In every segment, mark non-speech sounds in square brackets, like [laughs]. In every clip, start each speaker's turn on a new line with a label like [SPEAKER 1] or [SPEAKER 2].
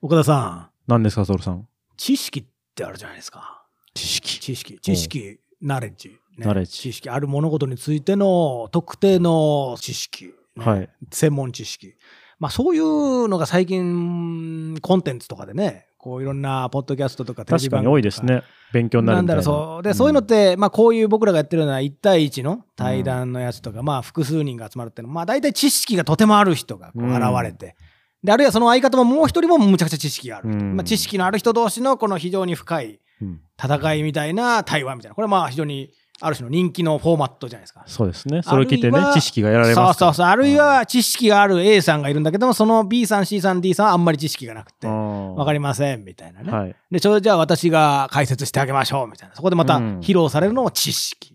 [SPEAKER 1] 岡田さん、
[SPEAKER 2] 何ですか、ソウルさん。
[SPEAKER 1] 知識ってあるじゃないですか。
[SPEAKER 2] 知識。
[SPEAKER 1] 知識、知識、ナレッジ、ね。
[SPEAKER 2] ナレッジ
[SPEAKER 1] 知識、ある物事についての特定の知識、ね
[SPEAKER 2] はい。
[SPEAKER 1] 専門知識。まあそういうのが最近、コンテンツとかでね、こういろんなポッドキャストとかテレビ
[SPEAKER 2] 確か
[SPEAKER 1] 番組と
[SPEAKER 2] に多いです。ね。勉強になる
[SPEAKER 1] なん
[SPEAKER 2] み
[SPEAKER 1] だ
[SPEAKER 2] たい
[SPEAKER 1] ろ
[SPEAKER 2] な。
[SPEAKER 1] う、そう。で、そういうのって、まあこういう僕らがやってるような1対1の対談のやつとか、まあ複数人が集まるっていうのは、まあ大体知識がとてもある人がこう
[SPEAKER 2] うん
[SPEAKER 1] 現れて、で、あるいはその相方ももう一人もむちゃくちゃ知識がある人。
[SPEAKER 2] うん
[SPEAKER 1] まあ知識のある人同士のこの非常に深い
[SPEAKER 2] うん
[SPEAKER 1] 戦いみたいな対話みたいな。これはまあ非常にある種の人気のフォーマットじゃないですか。
[SPEAKER 2] そうですね。それを聞いて
[SPEAKER 1] あ
[SPEAKER 2] ね
[SPEAKER 1] るいは、
[SPEAKER 2] 知識が得られ
[SPEAKER 1] そう
[SPEAKER 2] ます
[SPEAKER 1] そ
[SPEAKER 2] か
[SPEAKER 1] うそう。あるいは知識がある A さんがいるんだけども、その B さん、C さん、D さんはあんまり知識がなくて、わ
[SPEAKER 2] わ
[SPEAKER 1] か
[SPEAKER 2] り
[SPEAKER 1] りませんみたいなね。
[SPEAKER 2] はい。
[SPEAKER 1] で、それじゃあ私が解説してあげましょうみたいな。そこでまた
[SPEAKER 2] うん
[SPEAKER 1] 披露されるのも知識。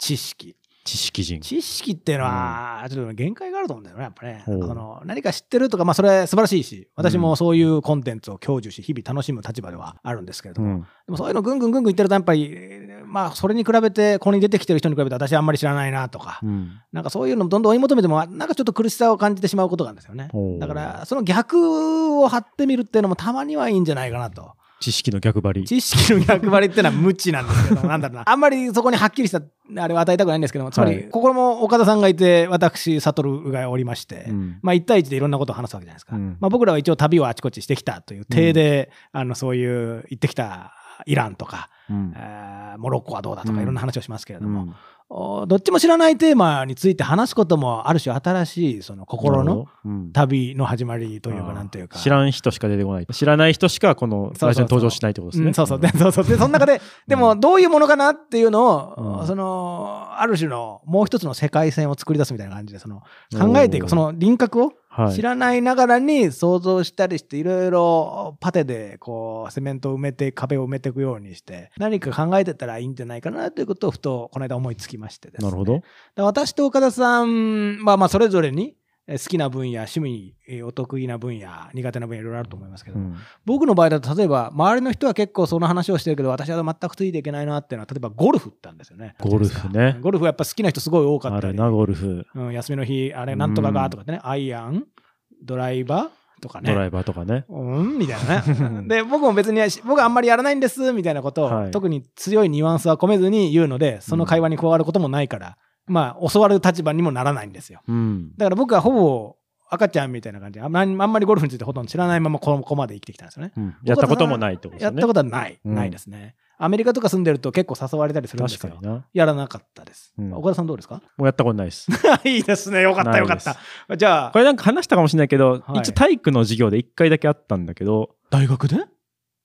[SPEAKER 1] 知識。
[SPEAKER 2] 知識人。
[SPEAKER 1] 知識っていうのは、ちょっと限界があると思うんだよね、やっぱね。
[SPEAKER 2] ほう
[SPEAKER 1] その何か知ってるとか、まあそれ素晴らしいし、私もそういうコンテンツを享受し、日々楽しむ立場ではあるんですけれど
[SPEAKER 2] う
[SPEAKER 1] も、
[SPEAKER 2] ん。
[SPEAKER 1] でもそういうのぐんぐんぐんぐん言ってると、やっぱり、えーまあそれに比べて、ここに出てきてる人に比べて私あんまり知らないなとか、
[SPEAKER 2] うん。
[SPEAKER 1] なんかそういうのをどんどん追い求めても、なんかちょっと苦しさを感じてしまうことがあるんですよね
[SPEAKER 2] ほ。う
[SPEAKER 1] だから、その逆を張ってみるっていうのもたまにはいいんじゃないかなと。
[SPEAKER 2] 知識の逆張り。
[SPEAKER 1] 知識の逆張りってのは無知なんです
[SPEAKER 2] [laughs]
[SPEAKER 1] けど、なんだろうな。あんまりそこにはっきりした、あれを与えたくないんですけども、つま
[SPEAKER 2] は
[SPEAKER 1] り、
[SPEAKER 2] い
[SPEAKER 1] ここも岡田さんがいて、私、悟がおりまして、
[SPEAKER 2] うん
[SPEAKER 1] まあ、一対一でいろんなことを話すわけじゃないですか。
[SPEAKER 2] うん
[SPEAKER 1] まあ、僕らは一応旅をあちこちしてきたという体で、あの、そういう、行ってきたイランとか、
[SPEAKER 2] うん
[SPEAKER 1] えーモロッコはどうだと
[SPEAKER 2] う
[SPEAKER 1] か、
[SPEAKER 2] ん
[SPEAKER 1] いろんな話をしますけれど
[SPEAKER 2] う
[SPEAKER 1] も、
[SPEAKER 2] ん
[SPEAKER 1] おどっちも知らないテーマについて話すことも、ある種新しい、その、心
[SPEAKER 2] なる
[SPEAKER 1] の
[SPEAKER 2] ほどうん
[SPEAKER 1] 旅の始まりという
[SPEAKER 2] あ
[SPEAKER 1] か、
[SPEAKER 2] ー
[SPEAKER 1] なんというか。
[SPEAKER 2] 知らん人しか出てこない。知らない人しか、この、
[SPEAKER 1] そうそうそう
[SPEAKER 2] 最初に登場しないってことです
[SPEAKER 1] う
[SPEAKER 2] ね。
[SPEAKER 1] んそうそう。で、そうそう。で、その中で、でも、どういうものかなっていうのを、
[SPEAKER 2] うん
[SPEAKER 1] その、ある種の、もう一つの世界線を作り出すみたいな感じで、その、考えてい
[SPEAKER 2] お
[SPEAKER 1] く、
[SPEAKER 2] ー
[SPEAKER 1] その輪郭を
[SPEAKER 2] はい
[SPEAKER 1] 知らないながらに想像したりして、いろいろパテで、こう、セメントを埋めて、壁を埋めていくようにして、何か考えてたらいいんじゃないかなということを、ふと、この間思いつきましてですね
[SPEAKER 2] なるほど。
[SPEAKER 1] だから私と岡田さんは、まあ、それぞれに、え好きな分野、趣味、えお得意な分野、苦手な分野、いろいろあると思いますけど、
[SPEAKER 2] うん
[SPEAKER 1] 僕の場合だと例えば周りの人は結構その話をしてるけど私は全くついていけないなっていうのは例えばゴルフってあるんですよね
[SPEAKER 2] ゴルフね
[SPEAKER 1] ゴルフはやっぱ好きな人すごい多か
[SPEAKER 2] あ
[SPEAKER 1] った
[SPEAKER 2] る
[SPEAKER 1] り、
[SPEAKER 2] な、ゴルフ、
[SPEAKER 1] うん、休みの日あれなんとかがとかってね、アイアンドライバーとかね
[SPEAKER 2] ドライバーとかね。
[SPEAKER 1] うんみたい
[SPEAKER 2] [laughs]
[SPEAKER 1] なね [laughs] で僕も別に僕はあんまりやらないんですみたいなことを、
[SPEAKER 2] はい
[SPEAKER 1] 特に強いニュアンスは込めずに言うのでその会話に加わることもないから、まあ教わる立場にもならないんですよ
[SPEAKER 2] うん。
[SPEAKER 1] だから僕はほぼ赤ちゃんみたいな感じであんまあんまりゴルフについてほとんど知らないままここまで生きてきたんですよね
[SPEAKER 2] うんやったこともないってことです
[SPEAKER 1] や
[SPEAKER 2] よ
[SPEAKER 1] っ
[SPEAKER 2] ね。
[SPEAKER 1] たことはない、
[SPEAKER 2] うん
[SPEAKER 1] ないですね。アメリカとか住んでると結構誘われたりするんです
[SPEAKER 2] 確
[SPEAKER 1] よ
[SPEAKER 2] かに。な。
[SPEAKER 1] やらなかったです。
[SPEAKER 2] うん
[SPEAKER 1] 岡田さんどうですか
[SPEAKER 2] もうやったことないです。
[SPEAKER 1] [laughs] いいですね。よかったよかっ
[SPEAKER 2] ない
[SPEAKER 1] た。じゃあ
[SPEAKER 2] こ、れなんか話したかもしれないけど、
[SPEAKER 1] はい
[SPEAKER 2] 一応体育の授業で1回だけあったんだけど、
[SPEAKER 1] 大学で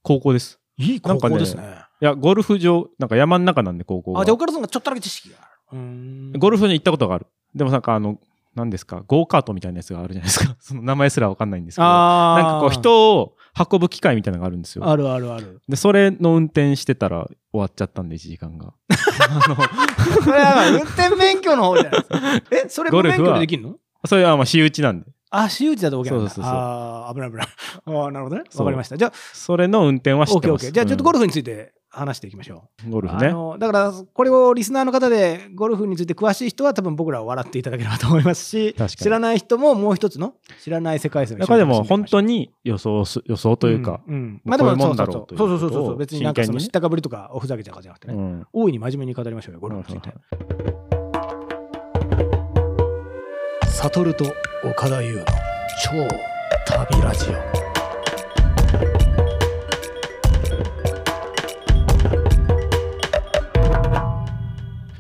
[SPEAKER 2] 高校です。
[SPEAKER 1] いい高校ですね。
[SPEAKER 2] いや、ゴルフ場、なんか山の中なんで高校が
[SPEAKER 1] あ、じゃあ岡田さんがちょっとだけ知識がある。うーん
[SPEAKER 2] ゴルフに行ったことがある。でもなんかあの、何ですか、ゴーカートみたいなやつがあるじゃないですか。 [laughs] その名前すらわかんないんですけど。なん
[SPEAKER 1] あー
[SPEAKER 2] かこう人を運ぶ機械みたいなのがあるんですよ。
[SPEAKER 1] あるあるある。
[SPEAKER 2] で、それの運転してたら終わっちゃったんで、1時間が。 [laughs]
[SPEAKER 1] それは運転免許の方じゃないですか。 [laughs] え、それ無
[SPEAKER 2] ゴル
[SPEAKER 1] 免
[SPEAKER 2] フは
[SPEAKER 1] 許でできるの
[SPEAKER 2] それはまあ、私有地なんで。
[SPEAKER 1] あ、私有地だと OK なんだ。
[SPEAKER 2] そうそうそうそう
[SPEAKER 1] あー危ない危ない。あーなるほどね。
[SPEAKER 2] そ
[SPEAKER 1] わ
[SPEAKER 2] う
[SPEAKER 1] かりました。じゃあ、
[SPEAKER 2] それの運転は知って
[SPEAKER 1] OK、
[SPEAKER 2] ます。
[SPEAKER 1] OK。じゃあ、ちょっとゴ
[SPEAKER 2] ル
[SPEAKER 1] ルフについて話していきましょう。
[SPEAKER 2] フ。ゴルフ
[SPEAKER 1] あ
[SPEAKER 2] ね。
[SPEAKER 1] のだからこれをリスナーの方でゴルフについて詳しい人は多分僕らを笑っていただければと思いますし
[SPEAKER 2] 確かに
[SPEAKER 1] 知らない人ももう一つの知らない世界線を一緒に
[SPEAKER 2] 中で
[SPEAKER 1] 楽し
[SPEAKER 2] も
[SPEAKER 1] んいきましょう
[SPEAKER 2] 本当に予想す、予想というか、
[SPEAKER 1] んん
[SPEAKER 2] ま
[SPEAKER 1] ま
[SPEAKER 2] あ
[SPEAKER 1] あでも
[SPEAKER 2] こういうもんだ
[SPEAKER 1] そ
[SPEAKER 2] ろ
[SPEAKER 1] う
[SPEAKER 2] う
[SPEAKER 1] そうそうそそ
[SPEAKER 2] というう
[SPEAKER 1] うそう別になんかその
[SPEAKER 2] 真剣に
[SPEAKER 1] 知
[SPEAKER 2] ね
[SPEAKER 1] ったかぶりとかおふざけとかじゃなくてね、
[SPEAKER 2] うん
[SPEAKER 1] 大いに真面目に語りましょうよゴルフについて
[SPEAKER 2] は
[SPEAKER 1] 悟ると岡田優の超旅ラジオ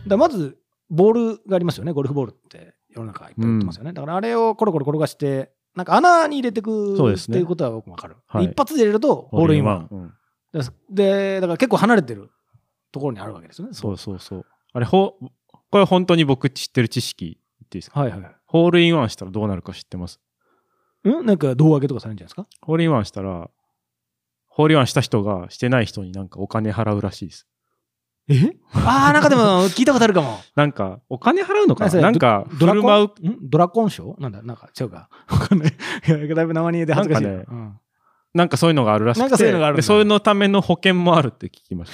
[SPEAKER 1] だまずボールがありますよねゴルフボールって世の中いっぱい売ってますよね、だからあれをコロコロ転がしてなんか穴に入れてく
[SPEAKER 2] そうですね
[SPEAKER 1] っていうことは僕も分かる、
[SPEAKER 2] はい
[SPEAKER 1] 一発で入れると [laughs] ホールインワン
[SPEAKER 2] うん
[SPEAKER 1] だでだから結構離れてるところにあるわけですよね
[SPEAKER 2] そうそうそう。あれ、ほ、これ本当に僕知ってる知識言っていいですか
[SPEAKER 1] はいはい
[SPEAKER 2] ホールインワンしたらどうなるか知ってます。
[SPEAKER 1] うんなんか胴上げとかされるんじゃないですか
[SPEAKER 2] ホールインワンしたら、ホールインワンした人がしてない人になんかお金払うらしいです。
[SPEAKER 1] え [laughs] ああ、なんかでも聞いたことあるかも。
[SPEAKER 2] なんか、お金払うのか
[SPEAKER 1] 何そ
[SPEAKER 2] な
[SPEAKER 1] れ
[SPEAKER 2] なんか、振る舞う。
[SPEAKER 1] んドラコン賞なんだなんか違うか。わかんない。いやだいぶ生煮えで恥ずかしい
[SPEAKER 2] [laughs]
[SPEAKER 1] な。
[SPEAKER 2] なんか
[SPEAKER 1] うん
[SPEAKER 2] なんかそういうのがあるらしくて。
[SPEAKER 1] なんかそういうのがあるんだ
[SPEAKER 2] で、そういうのための保険もあるって聞きま
[SPEAKER 1] [laughs]
[SPEAKER 2] し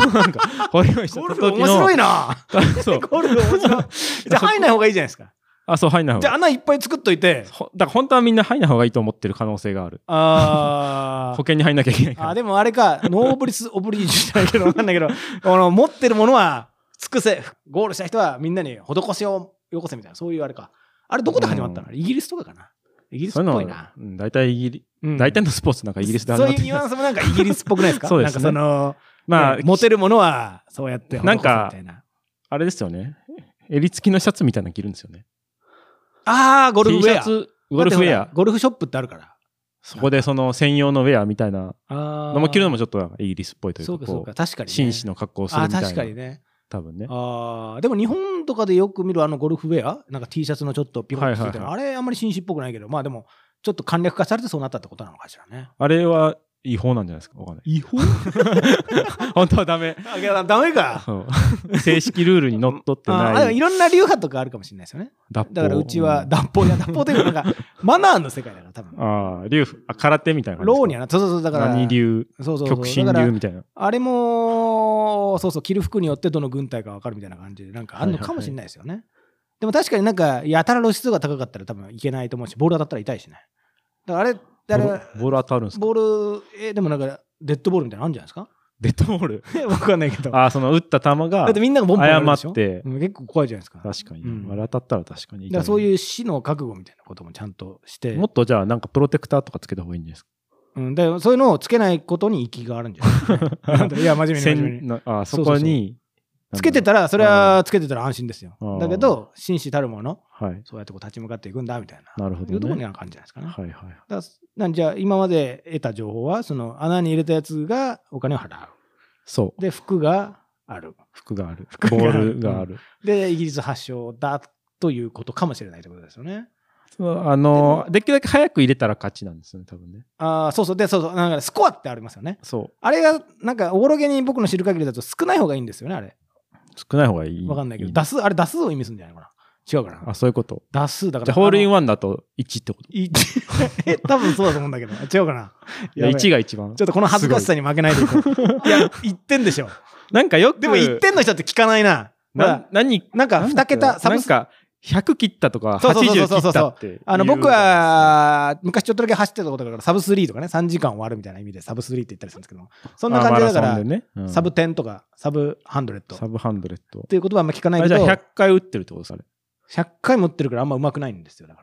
[SPEAKER 2] た。なんか、ホールインワンしちゃ
[SPEAKER 1] ゴ
[SPEAKER 2] っ
[SPEAKER 1] ル
[SPEAKER 2] た
[SPEAKER 1] フ
[SPEAKER 2] 時の。
[SPEAKER 1] [laughs] 面白いな。
[SPEAKER 2] そう。 [laughs]
[SPEAKER 1] ゴルフ面白い。じゃあ入んない方がいいじゃないですか。
[SPEAKER 2] あ、そう、入んない方
[SPEAKER 1] で、
[SPEAKER 2] がいい。
[SPEAKER 1] 穴いっぱい作っといて、
[SPEAKER 2] ほだから本当はみんな入んない方がいいと思ってる可能性がある。保 [laughs]
[SPEAKER 1] あー
[SPEAKER 2] 険に入んなきゃいけないから。
[SPEAKER 1] あ、でもあれか、ノーブリス・オブリージュじゃないけど、わかんないけど、 [laughs] あの持ってるものは尽くせ、ゴールした人はみんなに施しをよこせみたいな、そういうあれか。あれ、どこで始まったの、イギリスとかかな。イギリス
[SPEAKER 2] そう
[SPEAKER 1] っ
[SPEAKER 2] いう
[SPEAKER 1] ぽい
[SPEAKER 2] の
[SPEAKER 1] な
[SPEAKER 2] は、。うん大体イギリ、
[SPEAKER 1] うん
[SPEAKER 2] 大体のスポーツなんかイギリスで始
[SPEAKER 1] そ
[SPEAKER 2] ま
[SPEAKER 1] う
[SPEAKER 2] っ
[SPEAKER 1] いう
[SPEAKER 2] て
[SPEAKER 1] ニュアンスもなんかイギリスっぽくないですか
[SPEAKER 2] [laughs] そうですね
[SPEAKER 1] なんかその、
[SPEAKER 2] まあ、
[SPEAKER 1] ねモテるものはそうやって施すみたいな。
[SPEAKER 2] あれですよね。襟付きのシャツみたいなの着るんですよね。
[SPEAKER 1] ああ、ゴルフウ
[SPEAKER 2] T シ
[SPEAKER 1] ェ
[SPEAKER 2] ャ
[SPEAKER 1] ア。
[SPEAKER 2] ツ、ゴルフ
[SPEAKER 1] だって
[SPEAKER 2] ウェ
[SPEAKER 1] ほら
[SPEAKER 2] ア。
[SPEAKER 1] ゴルフショップってあるから。
[SPEAKER 2] そこでその専用のウェアみたいな
[SPEAKER 1] あ
[SPEAKER 2] のも着るの
[SPEAKER 1] も
[SPEAKER 2] もちょっとなんかイギリスっぽいというか、
[SPEAKER 1] そうかそう
[SPEAKER 2] こ
[SPEAKER 1] か、確かに、ね。
[SPEAKER 2] 紳士の格好をする
[SPEAKER 1] あ
[SPEAKER 2] み
[SPEAKER 1] あ、
[SPEAKER 2] たいな。
[SPEAKER 1] 確かにね。
[SPEAKER 2] 多分ね。
[SPEAKER 1] ああ、でも日本とかでよく見るあのゴルフウェア、なんか T シャツのちょっとピコッとついてる、
[SPEAKER 2] はい
[SPEAKER 1] あれあんまり紳士っぽくないけど、まあでも、ちょっと簡略化されてそうなったってことなのかしらね。
[SPEAKER 2] あれは違法なんじゃないですかわかんない。
[SPEAKER 1] 違法
[SPEAKER 2] [laughs] 本当はダメ。
[SPEAKER 1] あいやダメか。
[SPEAKER 2] そう正式ルールにのっとって
[SPEAKER 1] ああでも
[SPEAKER 2] ないい。
[SPEAKER 1] ろんな流派とかあるかもしれないですよね。
[SPEAKER 2] 脱法
[SPEAKER 1] だからうちは
[SPEAKER 2] ん
[SPEAKER 1] 脱法、いや脱法というか、なんかマナーの世界だから、多分。
[SPEAKER 2] ああ、竜、あ空手みたいな感じですか。
[SPEAKER 1] ローにはな、そうそうそう、だから、
[SPEAKER 2] 何流、
[SPEAKER 1] そうそうそう
[SPEAKER 2] 極真
[SPEAKER 1] だから
[SPEAKER 2] 流みたいな。
[SPEAKER 1] あれも、そうそう、着る服によってどの軍隊か分かるみたいな感じで、なんかあるのかもしれないですよね。でも確かになんか、やたら露出が高かったら多分いけないと思うし、ボール当たったら痛いしね。だからあれ、だから
[SPEAKER 2] ボール当たるんですか
[SPEAKER 1] ボール、えでもなんか、デッドボールみたいなのあるんじゃないですか
[SPEAKER 2] デッドボール。
[SPEAKER 1] [laughs] え分かんないけど。だ
[SPEAKER 2] [laughs] ああ、その打った球が
[SPEAKER 1] ってみんながボンボンやるでしょ
[SPEAKER 2] 誤って
[SPEAKER 1] うん結構怖いじゃないですか。だか
[SPEAKER 2] 確かに、
[SPEAKER 1] うん
[SPEAKER 2] あれ当たったら確かに痛い
[SPEAKER 1] らそういう死の覚悟みたいなこともちゃんとして、
[SPEAKER 2] もっとじゃあなんかプロテクターとかつけた方がいいんじゃない
[SPEAKER 1] [laughs]
[SPEAKER 2] ですか
[SPEAKER 1] うん、だからそういうのをつけないことに息があるんじゃ
[SPEAKER 2] [laughs]
[SPEAKER 1] ないですか、いや、真面目に真面目に
[SPEAKER 2] 線。のあー
[SPEAKER 1] そ
[SPEAKER 2] そう
[SPEAKER 1] そうそう
[SPEAKER 2] こに
[SPEAKER 1] つけてたら、それはつけてたら安心ですよ
[SPEAKER 2] あ。ー
[SPEAKER 1] だけど、紳士たるもの、
[SPEAKER 2] らはい
[SPEAKER 1] そうやってこう立ち向かっていくんだみたいな。
[SPEAKER 2] なるほどね
[SPEAKER 1] いうところにある感じじゃないですかね。
[SPEAKER 2] はいはい
[SPEAKER 1] だからなんじゃあ今まで得た情報は、その穴に入れたやつがお金を払う。
[SPEAKER 2] そう
[SPEAKER 1] で、服がある。
[SPEAKER 2] 服がある
[SPEAKER 1] [laughs] 服があ
[SPEAKER 2] ボ
[SPEAKER 1] る
[SPEAKER 2] ールがある、
[SPEAKER 1] で、イギリス発祥だということかもしれないということですよね。
[SPEAKER 2] そうあのーできるだけ早く入れたら勝ちなんですよね多分ね
[SPEAKER 1] ああ、そうそう。で、そうそう。なんかスコアってありますよね。
[SPEAKER 2] そう
[SPEAKER 1] あれが、なんかおぼろげに僕の知る限りだと少ない方がいいんですよね、あれ。
[SPEAKER 2] 少ない方がいい
[SPEAKER 1] わかんないけど、
[SPEAKER 2] ね
[SPEAKER 1] 打数、あれ打数を意味するんじゃないのかな。違うかな
[SPEAKER 2] あ。そういうこと
[SPEAKER 1] 打数だから。
[SPEAKER 2] じゃあホールイン
[SPEAKER 1] ワン。
[SPEAKER 2] ワンだと1ってこと
[SPEAKER 1] い [laughs] え、多分そうだと思うんだけど。違うかな。
[SPEAKER 2] い
[SPEAKER 1] や
[SPEAKER 2] や
[SPEAKER 1] べえ
[SPEAKER 2] 1が一番
[SPEAKER 1] ちょっとこの恥ずかしさに負けないでいこう。いや、1点でしょ。
[SPEAKER 2] なんかよく
[SPEAKER 1] でも1点の人って聞かないな。ま
[SPEAKER 2] な
[SPEAKER 1] だ
[SPEAKER 2] 何
[SPEAKER 1] なんか
[SPEAKER 2] なんだ
[SPEAKER 1] 2
[SPEAKER 2] っけな
[SPEAKER 1] 桁、サブス
[SPEAKER 2] なんか100切ったとか
[SPEAKER 1] そうそうそう
[SPEAKER 2] 80
[SPEAKER 1] そう
[SPEAKER 2] 切
[SPEAKER 1] そう
[SPEAKER 2] ったっていう
[SPEAKER 1] あの僕は昔ちょっとだけ走ってたことだからサブ3とかね3時間終わるみたいな意味でサブ3って言ったりするんですけどもそんな感じだか
[SPEAKER 2] あマラ
[SPEAKER 1] ら
[SPEAKER 2] ソンでねうん
[SPEAKER 1] サブ10とかサブ100っ
[SPEAKER 2] サブハンドレッド。
[SPEAKER 1] ていうことはあんま聞かない
[SPEAKER 2] あ
[SPEAKER 1] け
[SPEAKER 2] じゃ
[SPEAKER 1] ど
[SPEAKER 2] あ100
[SPEAKER 1] 100
[SPEAKER 2] 回打ってるってことですあれ。
[SPEAKER 1] 回持ってるからあんま上手くないんですよだか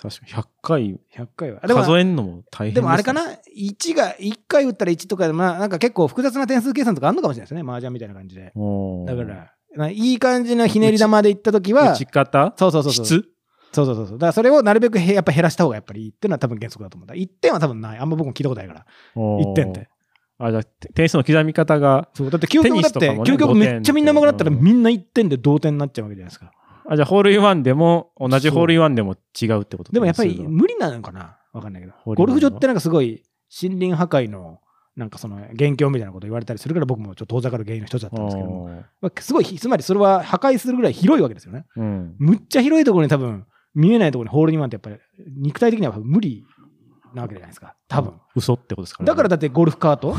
[SPEAKER 2] 確かに100
[SPEAKER 1] ら100回は
[SPEAKER 2] 回
[SPEAKER 1] でも
[SPEAKER 2] 数えんのも大変
[SPEAKER 1] でもあれか
[SPEAKER 2] すね
[SPEAKER 1] な1が1回打ったら1とかでまあなんか結構複雑な点数計算とかあるのかもしれないですね麻雀みたいな感じで
[SPEAKER 2] おー
[SPEAKER 1] だからないい感じのひねり玉でいった時は
[SPEAKER 2] 打ち方
[SPEAKER 1] そうそうそうそう
[SPEAKER 2] 質
[SPEAKER 1] そうそうそうそう。だからそれをなるべくへやっぱ減らした方がやっぱりいいっていうのは多分原則だと思うんだ。1点は多分ない。あんま僕も聞いたことないから。1
[SPEAKER 2] ?1
[SPEAKER 1] 点って。。
[SPEAKER 2] あ、じゃあて点数の刻み方が、
[SPEAKER 1] そう。だって究
[SPEAKER 2] テ
[SPEAKER 1] 極
[SPEAKER 2] ニ
[SPEAKER 1] だっ
[SPEAKER 2] スとか
[SPEAKER 1] て、
[SPEAKER 2] もね
[SPEAKER 1] 究極めっちゃみんな上手くなったら
[SPEAKER 2] 5点
[SPEAKER 1] みんな1点で同点になっちゃうわけじゃないですか。
[SPEAKER 2] あ、じゃあホールインワンでも、同じ
[SPEAKER 1] そう
[SPEAKER 2] ホールインワンでも違うってこと
[SPEAKER 1] でもやっぱり
[SPEAKER 2] 点数が
[SPEAKER 1] 無理なのかなわかんないけど。
[SPEAKER 2] ホールイン
[SPEAKER 1] ゴ
[SPEAKER 2] ワン
[SPEAKER 1] ルフ場ってなんかすごい森林破壊のなんかその元凶みたいなこと言われたりするから僕もちょっと遠ざかる原因の一つだったんですけども。
[SPEAKER 2] あー
[SPEAKER 1] まあすごい、つまりそれは破壊するぐらい広いわけですよね。
[SPEAKER 2] うん。
[SPEAKER 1] むっちゃ広いところに多分見えないところにホールインワンってやっぱり肉体的には無理なわけじゃないですか。多分。。
[SPEAKER 2] 嘘ってことですからね
[SPEAKER 1] だからだってゴルフカート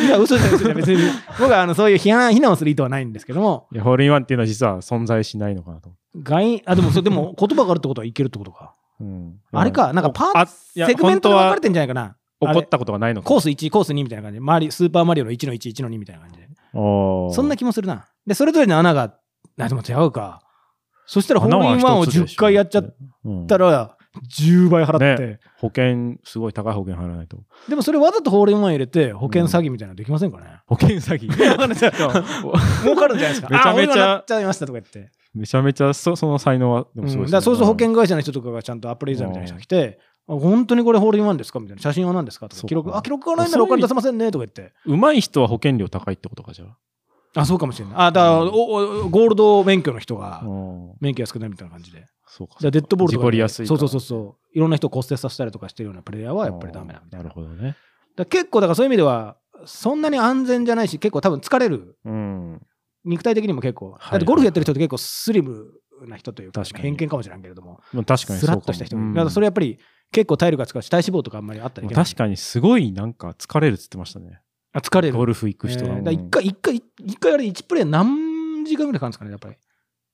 [SPEAKER 1] いや、嘘じゃないですよ別に。僕はあのそういう批判、非難をする意図はないんですけども、
[SPEAKER 2] いや、ホールインワンっていうのは実は存在しないのかなと。
[SPEAKER 1] 外、あ、でも、そうでも言葉があるってことはいけるってことか。
[SPEAKER 2] うん
[SPEAKER 1] あれかなんかパー
[SPEAKER 2] あいや
[SPEAKER 1] セグメントが分かれて
[SPEAKER 2] 本
[SPEAKER 1] んじゃないかな。
[SPEAKER 2] 当
[SPEAKER 1] あ
[SPEAKER 2] は
[SPEAKER 1] れ
[SPEAKER 2] 怒ったことがないのか。
[SPEAKER 1] コース1、コース2みたいな感じで、周り、スーパーマリオの1の1、1の2みたいな感じで。そ
[SPEAKER 2] そ
[SPEAKER 1] んな気もするな。で、それぞれの穴が、あ、でも違うか。そしたらホールインワンを10回やっちゃっ
[SPEAKER 2] うん
[SPEAKER 1] たら、10倍払って、
[SPEAKER 2] 保険、すごい高い保険払わないと。
[SPEAKER 1] でもそれわざとホールインワン入れて、保険詐欺みたいなのできませんかね、
[SPEAKER 2] 保険詐欺。
[SPEAKER 1] 儲かるんじゃないですか。 [laughs]
[SPEAKER 2] めちゃめちゃ
[SPEAKER 1] あ俺がなっちゃいましたとか言って。
[SPEAKER 2] [laughs] めちゃめちゃそその才能はでもす
[SPEAKER 1] うん
[SPEAKER 2] ご
[SPEAKER 1] だ
[SPEAKER 2] いですね
[SPEAKER 1] からそうすると保険会社の人とかがちゃんとアップレイザーみたいな人が来て、あ本当にこれホールインワンですかみたいな、写真は何ですかとか、
[SPEAKER 2] そうか
[SPEAKER 1] 記録、あ、記録がないならお金出せませんねとか言って、
[SPEAKER 2] うまい人は保険料高いってことかじゃ
[SPEAKER 1] あ、そうかもしれない。あ、だから、
[SPEAKER 2] うん
[SPEAKER 1] おおゴールド免許の人
[SPEAKER 2] あ
[SPEAKER 1] が、
[SPEAKER 2] うん
[SPEAKER 1] 免許安くなるみたいな感じで、だか
[SPEAKER 2] そうかそうから
[SPEAKER 1] デッドボールと
[SPEAKER 2] 事
[SPEAKER 1] か
[SPEAKER 2] 故
[SPEAKER 1] で
[SPEAKER 2] りやすい
[SPEAKER 1] そうそうそううそう、いろんな人を骨折させたりとかしてるようなプレイヤーはやっぱりダメだみたいな。
[SPEAKER 2] なる
[SPEAKER 1] だか
[SPEAKER 2] ほどね
[SPEAKER 1] ら結構、だからそういう意味では、そんなに安全じゃないし、結構多分疲れる、
[SPEAKER 2] うん
[SPEAKER 1] 肉体的にも結構、
[SPEAKER 2] はい
[SPEAKER 1] だってゴルフやってる人って結構スリムな人というか、
[SPEAKER 2] 確かに
[SPEAKER 1] 偏見かもしれんけれども、
[SPEAKER 2] まあ確かに
[SPEAKER 1] ス
[SPEAKER 2] そう
[SPEAKER 1] ラ
[SPEAKER 2] か
[SPEAKER 1] ッ
[SPEAKER 2] も
[SPEAKER 1] とした人
[SPEAKER 2] う
[SPEAKER 1] もい
[SPEAKER 2] ん
[SPEAKER 1] るだからそれやっぱり結構体力が使うし体脂肪とかあんまりあったり
[SPEAKER 2] でも確
[SPEAKER 1] に
[SPEAKER 2] かにすごいなんか疲れるっつってましたね
[SPEAKER 1] あ疲れる
[SPEAKER 2] ゴルフ行く人
[SPEAKER 1] え
[SPEAKER 2] が
[SPEAKER 1] ーだから一回一回一回あれ1プレー何時間ぐらいかかるんですかねやっぱり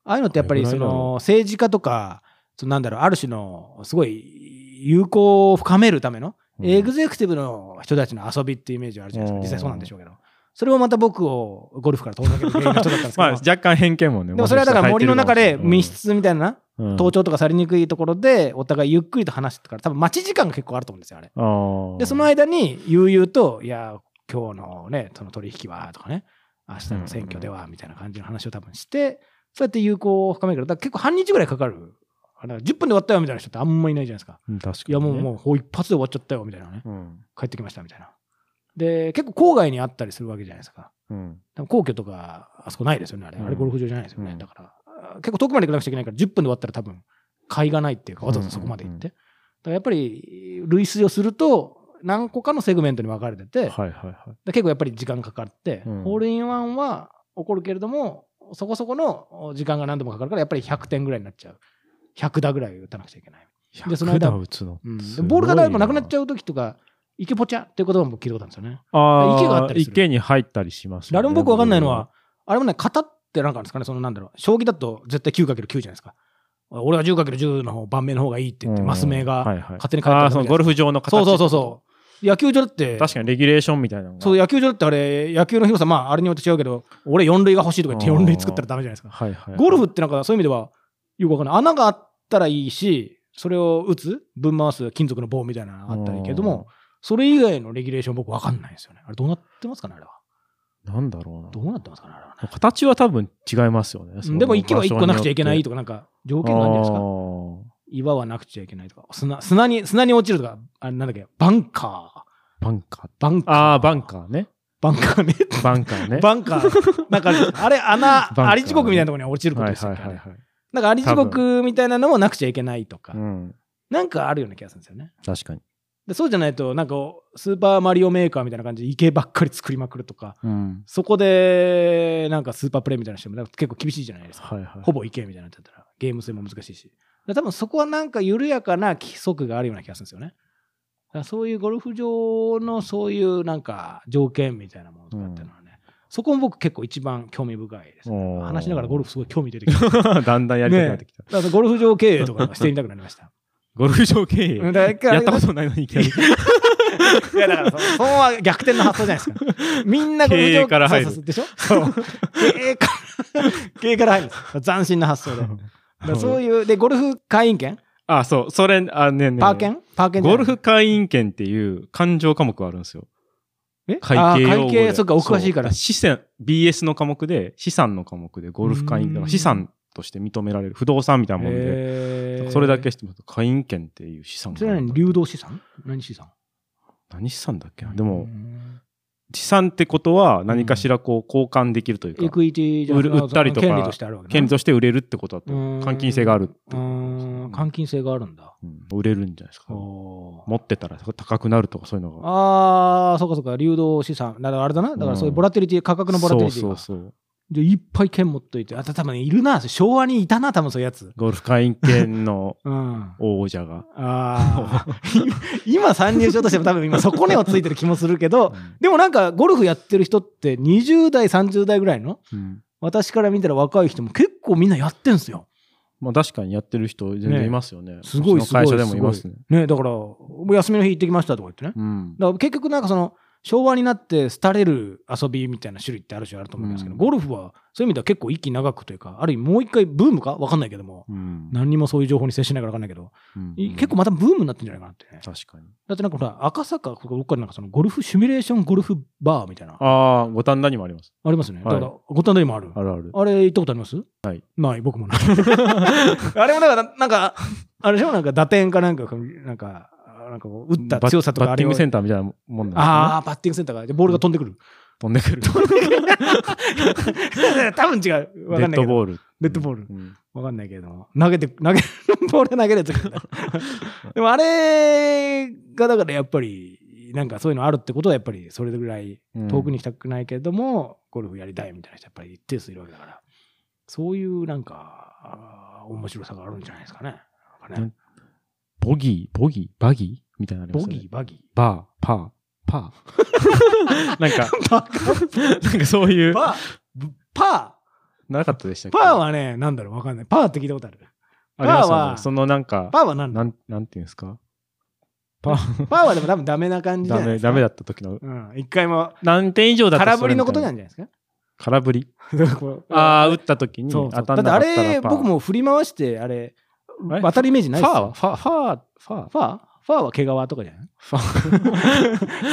[SPEAKER 1] ああいうのってやっぱり
[SPEAKER 2] どれ
[SPEAKER 1] そ
[SPEAKER 2] ぐらいだろう
[SPEAKER 1] の政治家とか、そのなんだろう、ある種のすごい友好を深めるための、
[SPEAKER 2] うん
[SPEAKER 1] エグゼクティブの人たちの遊びっていうイメージはあるじゃないですか。
[SPEAKER 2] うん
[SPEAKER 1] 実際そうなんでしょうけど。それをまた僕をゴルフから遠ざける原因の人だったんですけ
[SPEAKER 2] [laughs] ま
[SPEAKER 1] ど。
[SPEAKER 2] あ、若干偏見もね。
[SPEAKER 1] でもそれはだから森の中で密室みたいな、
[SPEAKER 2] うん、
[SPEAKER 1] 盗聴とかされにくいところで、お互いゆっくりと話してたから、多分待ち時間が結構あると思うんですよ、あれ。
[SPEAKER 2] ああ
[SPEAKER 1] で、その間に悠々と、いや、今日のね、その取引はとかね、明日の選挙ではみたいな感じの話を多分して、そうやって友好を深めるけど、だから結構半日ぐらいかかる。あなんか10分で終わったよみたいな人ってあんまいないじゃないですか。
[SPEAKER 2] うん確かに、ね。
[SPEAKER 1] いや、もう、もうほう、一発で終わっちゃったよみたいなね。
[SPEAKER 2] うん。
[SPEAKER 1] 帰ってきましたみたいな。で、結構郊外にあったりするわけじゃないですか。
[SPEAKER 2] うん。
[SPEAKER 1] 多分皇居とか、あそこないですよね、あれ。
[SPEAKER 2] うん
[SPEAKER 1] あれゴルフ場じゃないですよね。
[SPEAKER 2] うん
[SPEAKER 1] だから、あ結構遠くまで行かなくちゃいけないから、10分で終わったら多分、買いがないっていうか、わざわざそこまで行って。だからやっぱり、類推をすると、何個かのセグメントに分かれてて、
[SPEAKER 2] はいはいはい。
[SPEAKER 1] で結構やっぱり時間がかかって、
[SPEAKER 2] うん
[SPEAKER 1] ホールインワンは起こるけれども、そこそこの時間が何度もかかるから、やっぱり100点ぐらいになっちゃう。100打ぐらい打たなくちゃいけない。でその間
[SPEAKER 2] 100打打つの。
[SPEAKER 1] うん、でボールがだいぶなくなっち
[SPEAKER 2] ゃう。
[SPEAKER 1] ゃう時とか、池ポチャっていう言葉も聞いたことあるんですよね。
[SPEAKER 2] ああ、
[SPEAKER 1] 池があったりする
[SPEAKER 2] 池に入ったりします、
[SPEAKER 1] 誰も僕わかんないのは、あれもね、型ってなんかあるんですかね、そのなんだろう、将棋だと絶対 9×9 じゃないですか。俺は 10×10 の方、盤面の方がいいって
[SPEAKER 2] うん、
[SPEAKER 1] 言って、マス目が
[SPEAKER 2] はいはい
[SPEAKER 1] 勝手に変え
[SPEAKER 2] あ
[SPEAKER 1] た
[SPEAKER 2] あ、そのゴル
[SPEAKER 1] フ
[SPEAKER 2] フ場の形。
[SPEAKER 1] そうそうそうそう。野球場だって、
[SPEAKER 2] 確かにレギュレーションみたいなのが。
[SPEAKER 1] そう野球場だってあれ、野球の広さ、まあ、あれによって違うけど、俺4塁が欲しいとか言って
[SPEAKER 2] うん
[SPEAKER 1] 4塁作ったらダメじゃないですか。
[SPEAKER 2] はいはい。
[SPEAKER 1] ゴル
[SPEAKER 2] フ
[SPEAKER 1] フってなんかそういう意味では、よくわかんない。穴があったらいいし、それを打つ、ぶん回す金属の棒みたいなのがあったらいいけども、、それ以外のレギュレーション僕わかんないんですよね。あれどうなってますかね、あれは。
[SPEAKER 2] なんだろうな。
[SPEAKER 1] どうなってますかね、あれはね。
[SPEAKER 2] 形は多分違いますよね。
[SPEAKER 1] うんでも池は1個なくちゃいけないと
[SPEAKER 2] と
[SPEAKER 1] か、なんか条
[SPEAKER 2] か
[SPEAKER 1] 件があるんじゃないですか。岩はなくちゃいけないとか、砂砂に砂に落ちるとか、あれなんだっけ、バンカ
[SPEAKER 2] バンカー。
[SPEAKER 1] ー、バンカー。
[SPEAKER 2] ああ、バンカーね。
[SPEAKER 1] バンカーね。
[SPEAKER 2] バンカーね。
[SPEAKER 1] バンカー。なんか、あれ、穴、
[SPEAKER 2] バンカーね
[SPEAKER 1] アリ地獄みたいなところに落ちること
[SPEAKER 2] はい
[SPEAKER 1] です
[SPEAKER 2] はい
[SPEAKER 1] よね。
[SPEAKER 2] はいはい。
[SPEAKER 1] なんか、アリ地
[SPEAKER 2] 多
[SPEAKER 1] 獄みたいなのもなくちゃいけないとか
[SPEAKER 2] う、ん。
[SPEAKER 1] なんかあるような気がするんですよね。
[SPEAKER 2] 確かに。
[SPEAKER 1] でそうじゃないと、なんか、スーパーマリオメーカーみたいな感じで池ばっかり作りまくるとか、
[SPEAKER 2] うん。
[SPEAKER 1] そこで、なんかスーパープレイみたいな人もなんか結構厳しいじゃないですか。
[SPEAKER 2] はいはい。
[SPEAKER 1] ほぼいけみたいになっちゃったら、ゲーム性も難しいし。だから多分そこはなんか緩やかな規則があるような気がするんですよね。だからそういうゴルフ場のそういうなんか条件みたいなものとかっていうのはね、そこも僕結構一番興味深いです、ね。
[SPEAKER 2] おー
[SPEAKER 1] 話しながらゴルフすごい興味出てきた。だか
[SPEAKER 2] [laughs] だんだんやりたくなってきた。
[SPEAKER 1] らゴルフ場経営とかしてみたくなりました。
[SPEAKER 2] ゴルフ場経営。
[SPEAKER 1] だから
[SPEAKER 2] やったことないのにいきなり。
[SPEAKER 1] [laughs] いやだからそ、そのは逆転の発想じゃないですか。 [laughs] みんなゴルフ場
[SPEAKER 2] 経営から入る
[SPEAKER 1] そうそうそうでしょそう経営から、経営から入るんです。斬新な発想で。だからそう
[SPEAKER 2] いう。
[SPEAKER 1] いう、で、ゴルフ会員権
[SPEAKER 2] あ、そう。それ、あ、ねえねえ
[SPEAKER 1] パー券パー券じゃない
[SPEAKER 2] ゴルフ会員権っていう勘定科目があるんですよ。
[SPEAKER 1] え
[SPEAKER 2] 会
[SPEAKER 1] あ
[SPEAKER 2] 計
[SPEAKER 1] ー
[SPEAKER 2] 用語
[SPEAKER 1] 会
[SPEAKER 2] で
[SPEAKER 1] 計、そっか、お詳しいから
[SPEAKER 2] そう。資産、BS の科目で、資産の科目で、ゴルフ会員
[SPEAKER 1] う
[SPEAKER 2] 権
[SPEAKER 1] ー
[SPEAKER 2] が
[SPEAKER 1] ん
[SPEAKER 2] 資産として認められる、不動産みたいなもんで、だ
[SPEAKER 1] へ
[SPEAKER 2] か
[SPEAKER 1] ー
[SPEAKER 2] らそれだけ。してもらうと会員権っていう資産が
[SPEAKER 1] それは何流動資産何資産
[SPEAKER 2] 何資産だっけなで
[SPEAKER 1] う、
[SPEAKER 2] も
[SPEAKER 1] ん
[SPEAKER 2] 資産ってことは何かしらこう交換できるという
[SPEAKER 1] エ
[SPEAKER 2] か、
[SPEAKER 1] クイティじゃなくて
[SPEAKER 2] 売る売ったりとか
[SPEAKER 1] 権利としてあるわけ
[SPEAKER 2] 権利として売れるってことだと
[SPEAKER 1] うーん、
[SPEAKER 2] 換金性があるってこと
[SPEAKER 1] う
[SPEAKER 2] です
[SPEAKER 1] ーん換金性があるんだ。
[SPEAKER 2] うん売れるんじゃないですか。持
[SPEAKER 1] おー
[SPEAKER 2] ってたら高くなるとかそういうのが。
[SPEAKER 1] ああ、そうかそうか、流動資産。だからあれだな。だからそういうボラティリティ、価格のボラティリティ
[SPEAKER 2] そう
[SPEAKER 1] が。
[SPEAKER 2] そうそう。
[SPEAKER 1] でいっぱい券持っといて。あ、た多分ねいるな。昭和にいたな、多分そういうやつ。
[SPEAKER 2] ゴルフ会員権の
[SPEAKER 1] うん。
[SPEAKER 2] 王
[SPEAKER 1] [laughs]
[SPEAKER 2] 者が。
[SPEAKER 1] あ
[SPEAKER 2] [laughs]
[SPEAKER 1] あ。今参入しようとしても多分今そこねをついてる気もするけど、
[SPEAKER 2] うん
[SPEAKER 1] でもなんかゴルフやってる人って20代、30代ぐらいの
[SPEAKER 2] うん
[SPEAKER 1] 私から見たら若い人も結構みんなやってんすよ。
[SPEAKER 2] まあ確かにやってる人全然いますよね。
[SPEAKER 1] すごい
[SPEAKER 2] その会社でもいますね。
[SPEAKER 1] ね、だから、もう休みの日行ってきましたとか言ってね。
[SPEAKER 2] うん。
[SPEAKER 1] だから結局なんかその、昭和になって廃れる遊びみたいな種類ってある種あると思うんですけど、
[SPEAKER 2] うん
[SPEAKER 1] ゴルフはそういう意味では結構息長くというか、ある意味もう一回ブームかわかんないけども、
[SPEAKER 2] うん
[SPEAKER 1] 何にもそういう情報に接しないからわかんないけど、
[SPEAKER 2] うん
[SPEAKER 1] い結構またブームになってんじゃないかなってね。
[SPEAKER 2] 確かに。
[SPEAKER 1] だってなんかほら、赤坂、ここどっかになんかそのゴルフシミュレーションゴルフバーみたいな、あ
[SPEAKER 2] ああ、五反田にもあります。
[SPEAKER 1] りますね。だ
[SPEAKER 2] は
[SPEAKER 1] か
[SPEAKER 2] い
[SPEAKER 1] ら、五反田にもある。
[SPEAKER 2] あるある。
[SPEAKER 1] あれ行ったことあります
[SPEAKER 2] はい。
[SPEAKER 1] ない、僕もない。 [laughs] あれもだから、なんか、あれでしょなんか打点かなんか、なんか、なんかこう打った
[SPEAKER 2] バッ
[SPEAKER 1] 強さとか
[SPEAKER 2] バ
[SPEAKER 1] あ
[SPEAKER 2] ッテ
[SPEAKER 1] れ
[SPEAKER 2] ィン
[SPEAKER 1] を
[SPEAKER 2] グセンターみたいなもんなん
[SPEAKER 1] ああ、バッティングセンターが、じゃあボールが飛んでくる。
[SPEAKER 2] ですね。飛んでくる。
[SPEAKER 1] [laughs] 多分違う。わ
[SPEAKER 2] デ
[SPEAKER 1] かんな
[SPEAKER 2] ッ
[SPEAKER 1] い
[SPEAKER 2] ド
[SPEAKER 1] けど。
[SPEAKER 2] ボール。
[SPEAKER 1] デッドボール
[SPEAKER 2] うん
[SPEAKER 1] わかんないけれども。投げて、投げ、 [laughs] ボール投げるやつがいるんだでもあれが、だからやっぱり、なんかそういうのあるってことは、やっぱりそれぐらい
[SPEAKER 2] うん
[SPEAKER 1] 遠くに行きたくないけれども、ゴルフやりたいみたいな人やっぱり一定数いるわけだから、そういうなんか、あー面白さがあるんじゃないですかね。なんかね
[SPEAKER 2] うんボギー、ボギー、バギーみたいなのありま
[SPEAKER 1] ボ
[SPEAKER 2] すね
[SPEAKER 1] ギー、バギ
[SPEAKER 2] バー、パー、パ [laughs] ー。なんか、 [laughs]
[SPEAKER 1] ー。バカ
[SPEAKER 2] なんかそういう、
[SPEAKER 1] パー、パ
[SPEAKER 2] なかったでしたっけ
[SPEAKER 1] パーはね、なんだろう、わかんない。パーって聞いたことある。
[SPEAKER 2] ありますよね
[SPEAKER 1] パーは
[SPEAKER 2] そのなんか、
[SPEAKER 1] パーはなんだ
[SPEAKER 2] なん、なんていうんですかパー、
[SPEAKER 1] パーはでも多分ダメな感じじゃ
[SPEAKER 2] ダ
[SPEAKER 1] ないで
[SPEAKER 2] メ、
[SPEAKER 1] すか
[SPEAKER 2] ダメだった時の、
[SPEAKER 1] うん。一回も、
[SPEAKER 2] 何点以上だった
[SPEAKER 1] 空振りのことなん
[SPEAKER 2] ん
[SPEAKER 1] じゃないです
[SPEAKER 2] 空振り。
[SPEAKER 1] かこう
[SPEAKER 2] [laughs] ああ、打った時に
[SPEAKER 1] そ
[SPEAKER 2] 当
[SPEAKER 1] うそうだっ
[SPEAKER 2] たん
[SPEAKER 1] て
[SPEAKER 2] な
[SPEAKER 1] あ
[SPEAKER 2] かったら
[SPEAKER 1] れ、
[SPEAKER 2] パー
[SPEAKER 1] 僕。も振り回して、あれ、
[SPEAKER 2] あれ
[SPEAKER 1] 当たるイメージ
[SPEAKER 2] フ
[SPEAKER 1] な
[SPEAKER 2] ァ
[SPEAKER 1] い
[SPEAKER 2] ー
[SPEAKER 1] です
[SPEAKER 2] は
[SPEAKER 1] よ。
[SPEAKER 2] ファー、ファー、ファー
[SPEAKER 1] ファーファーは毛皮とかじゃない
[SPEAKER 2] ファ ー、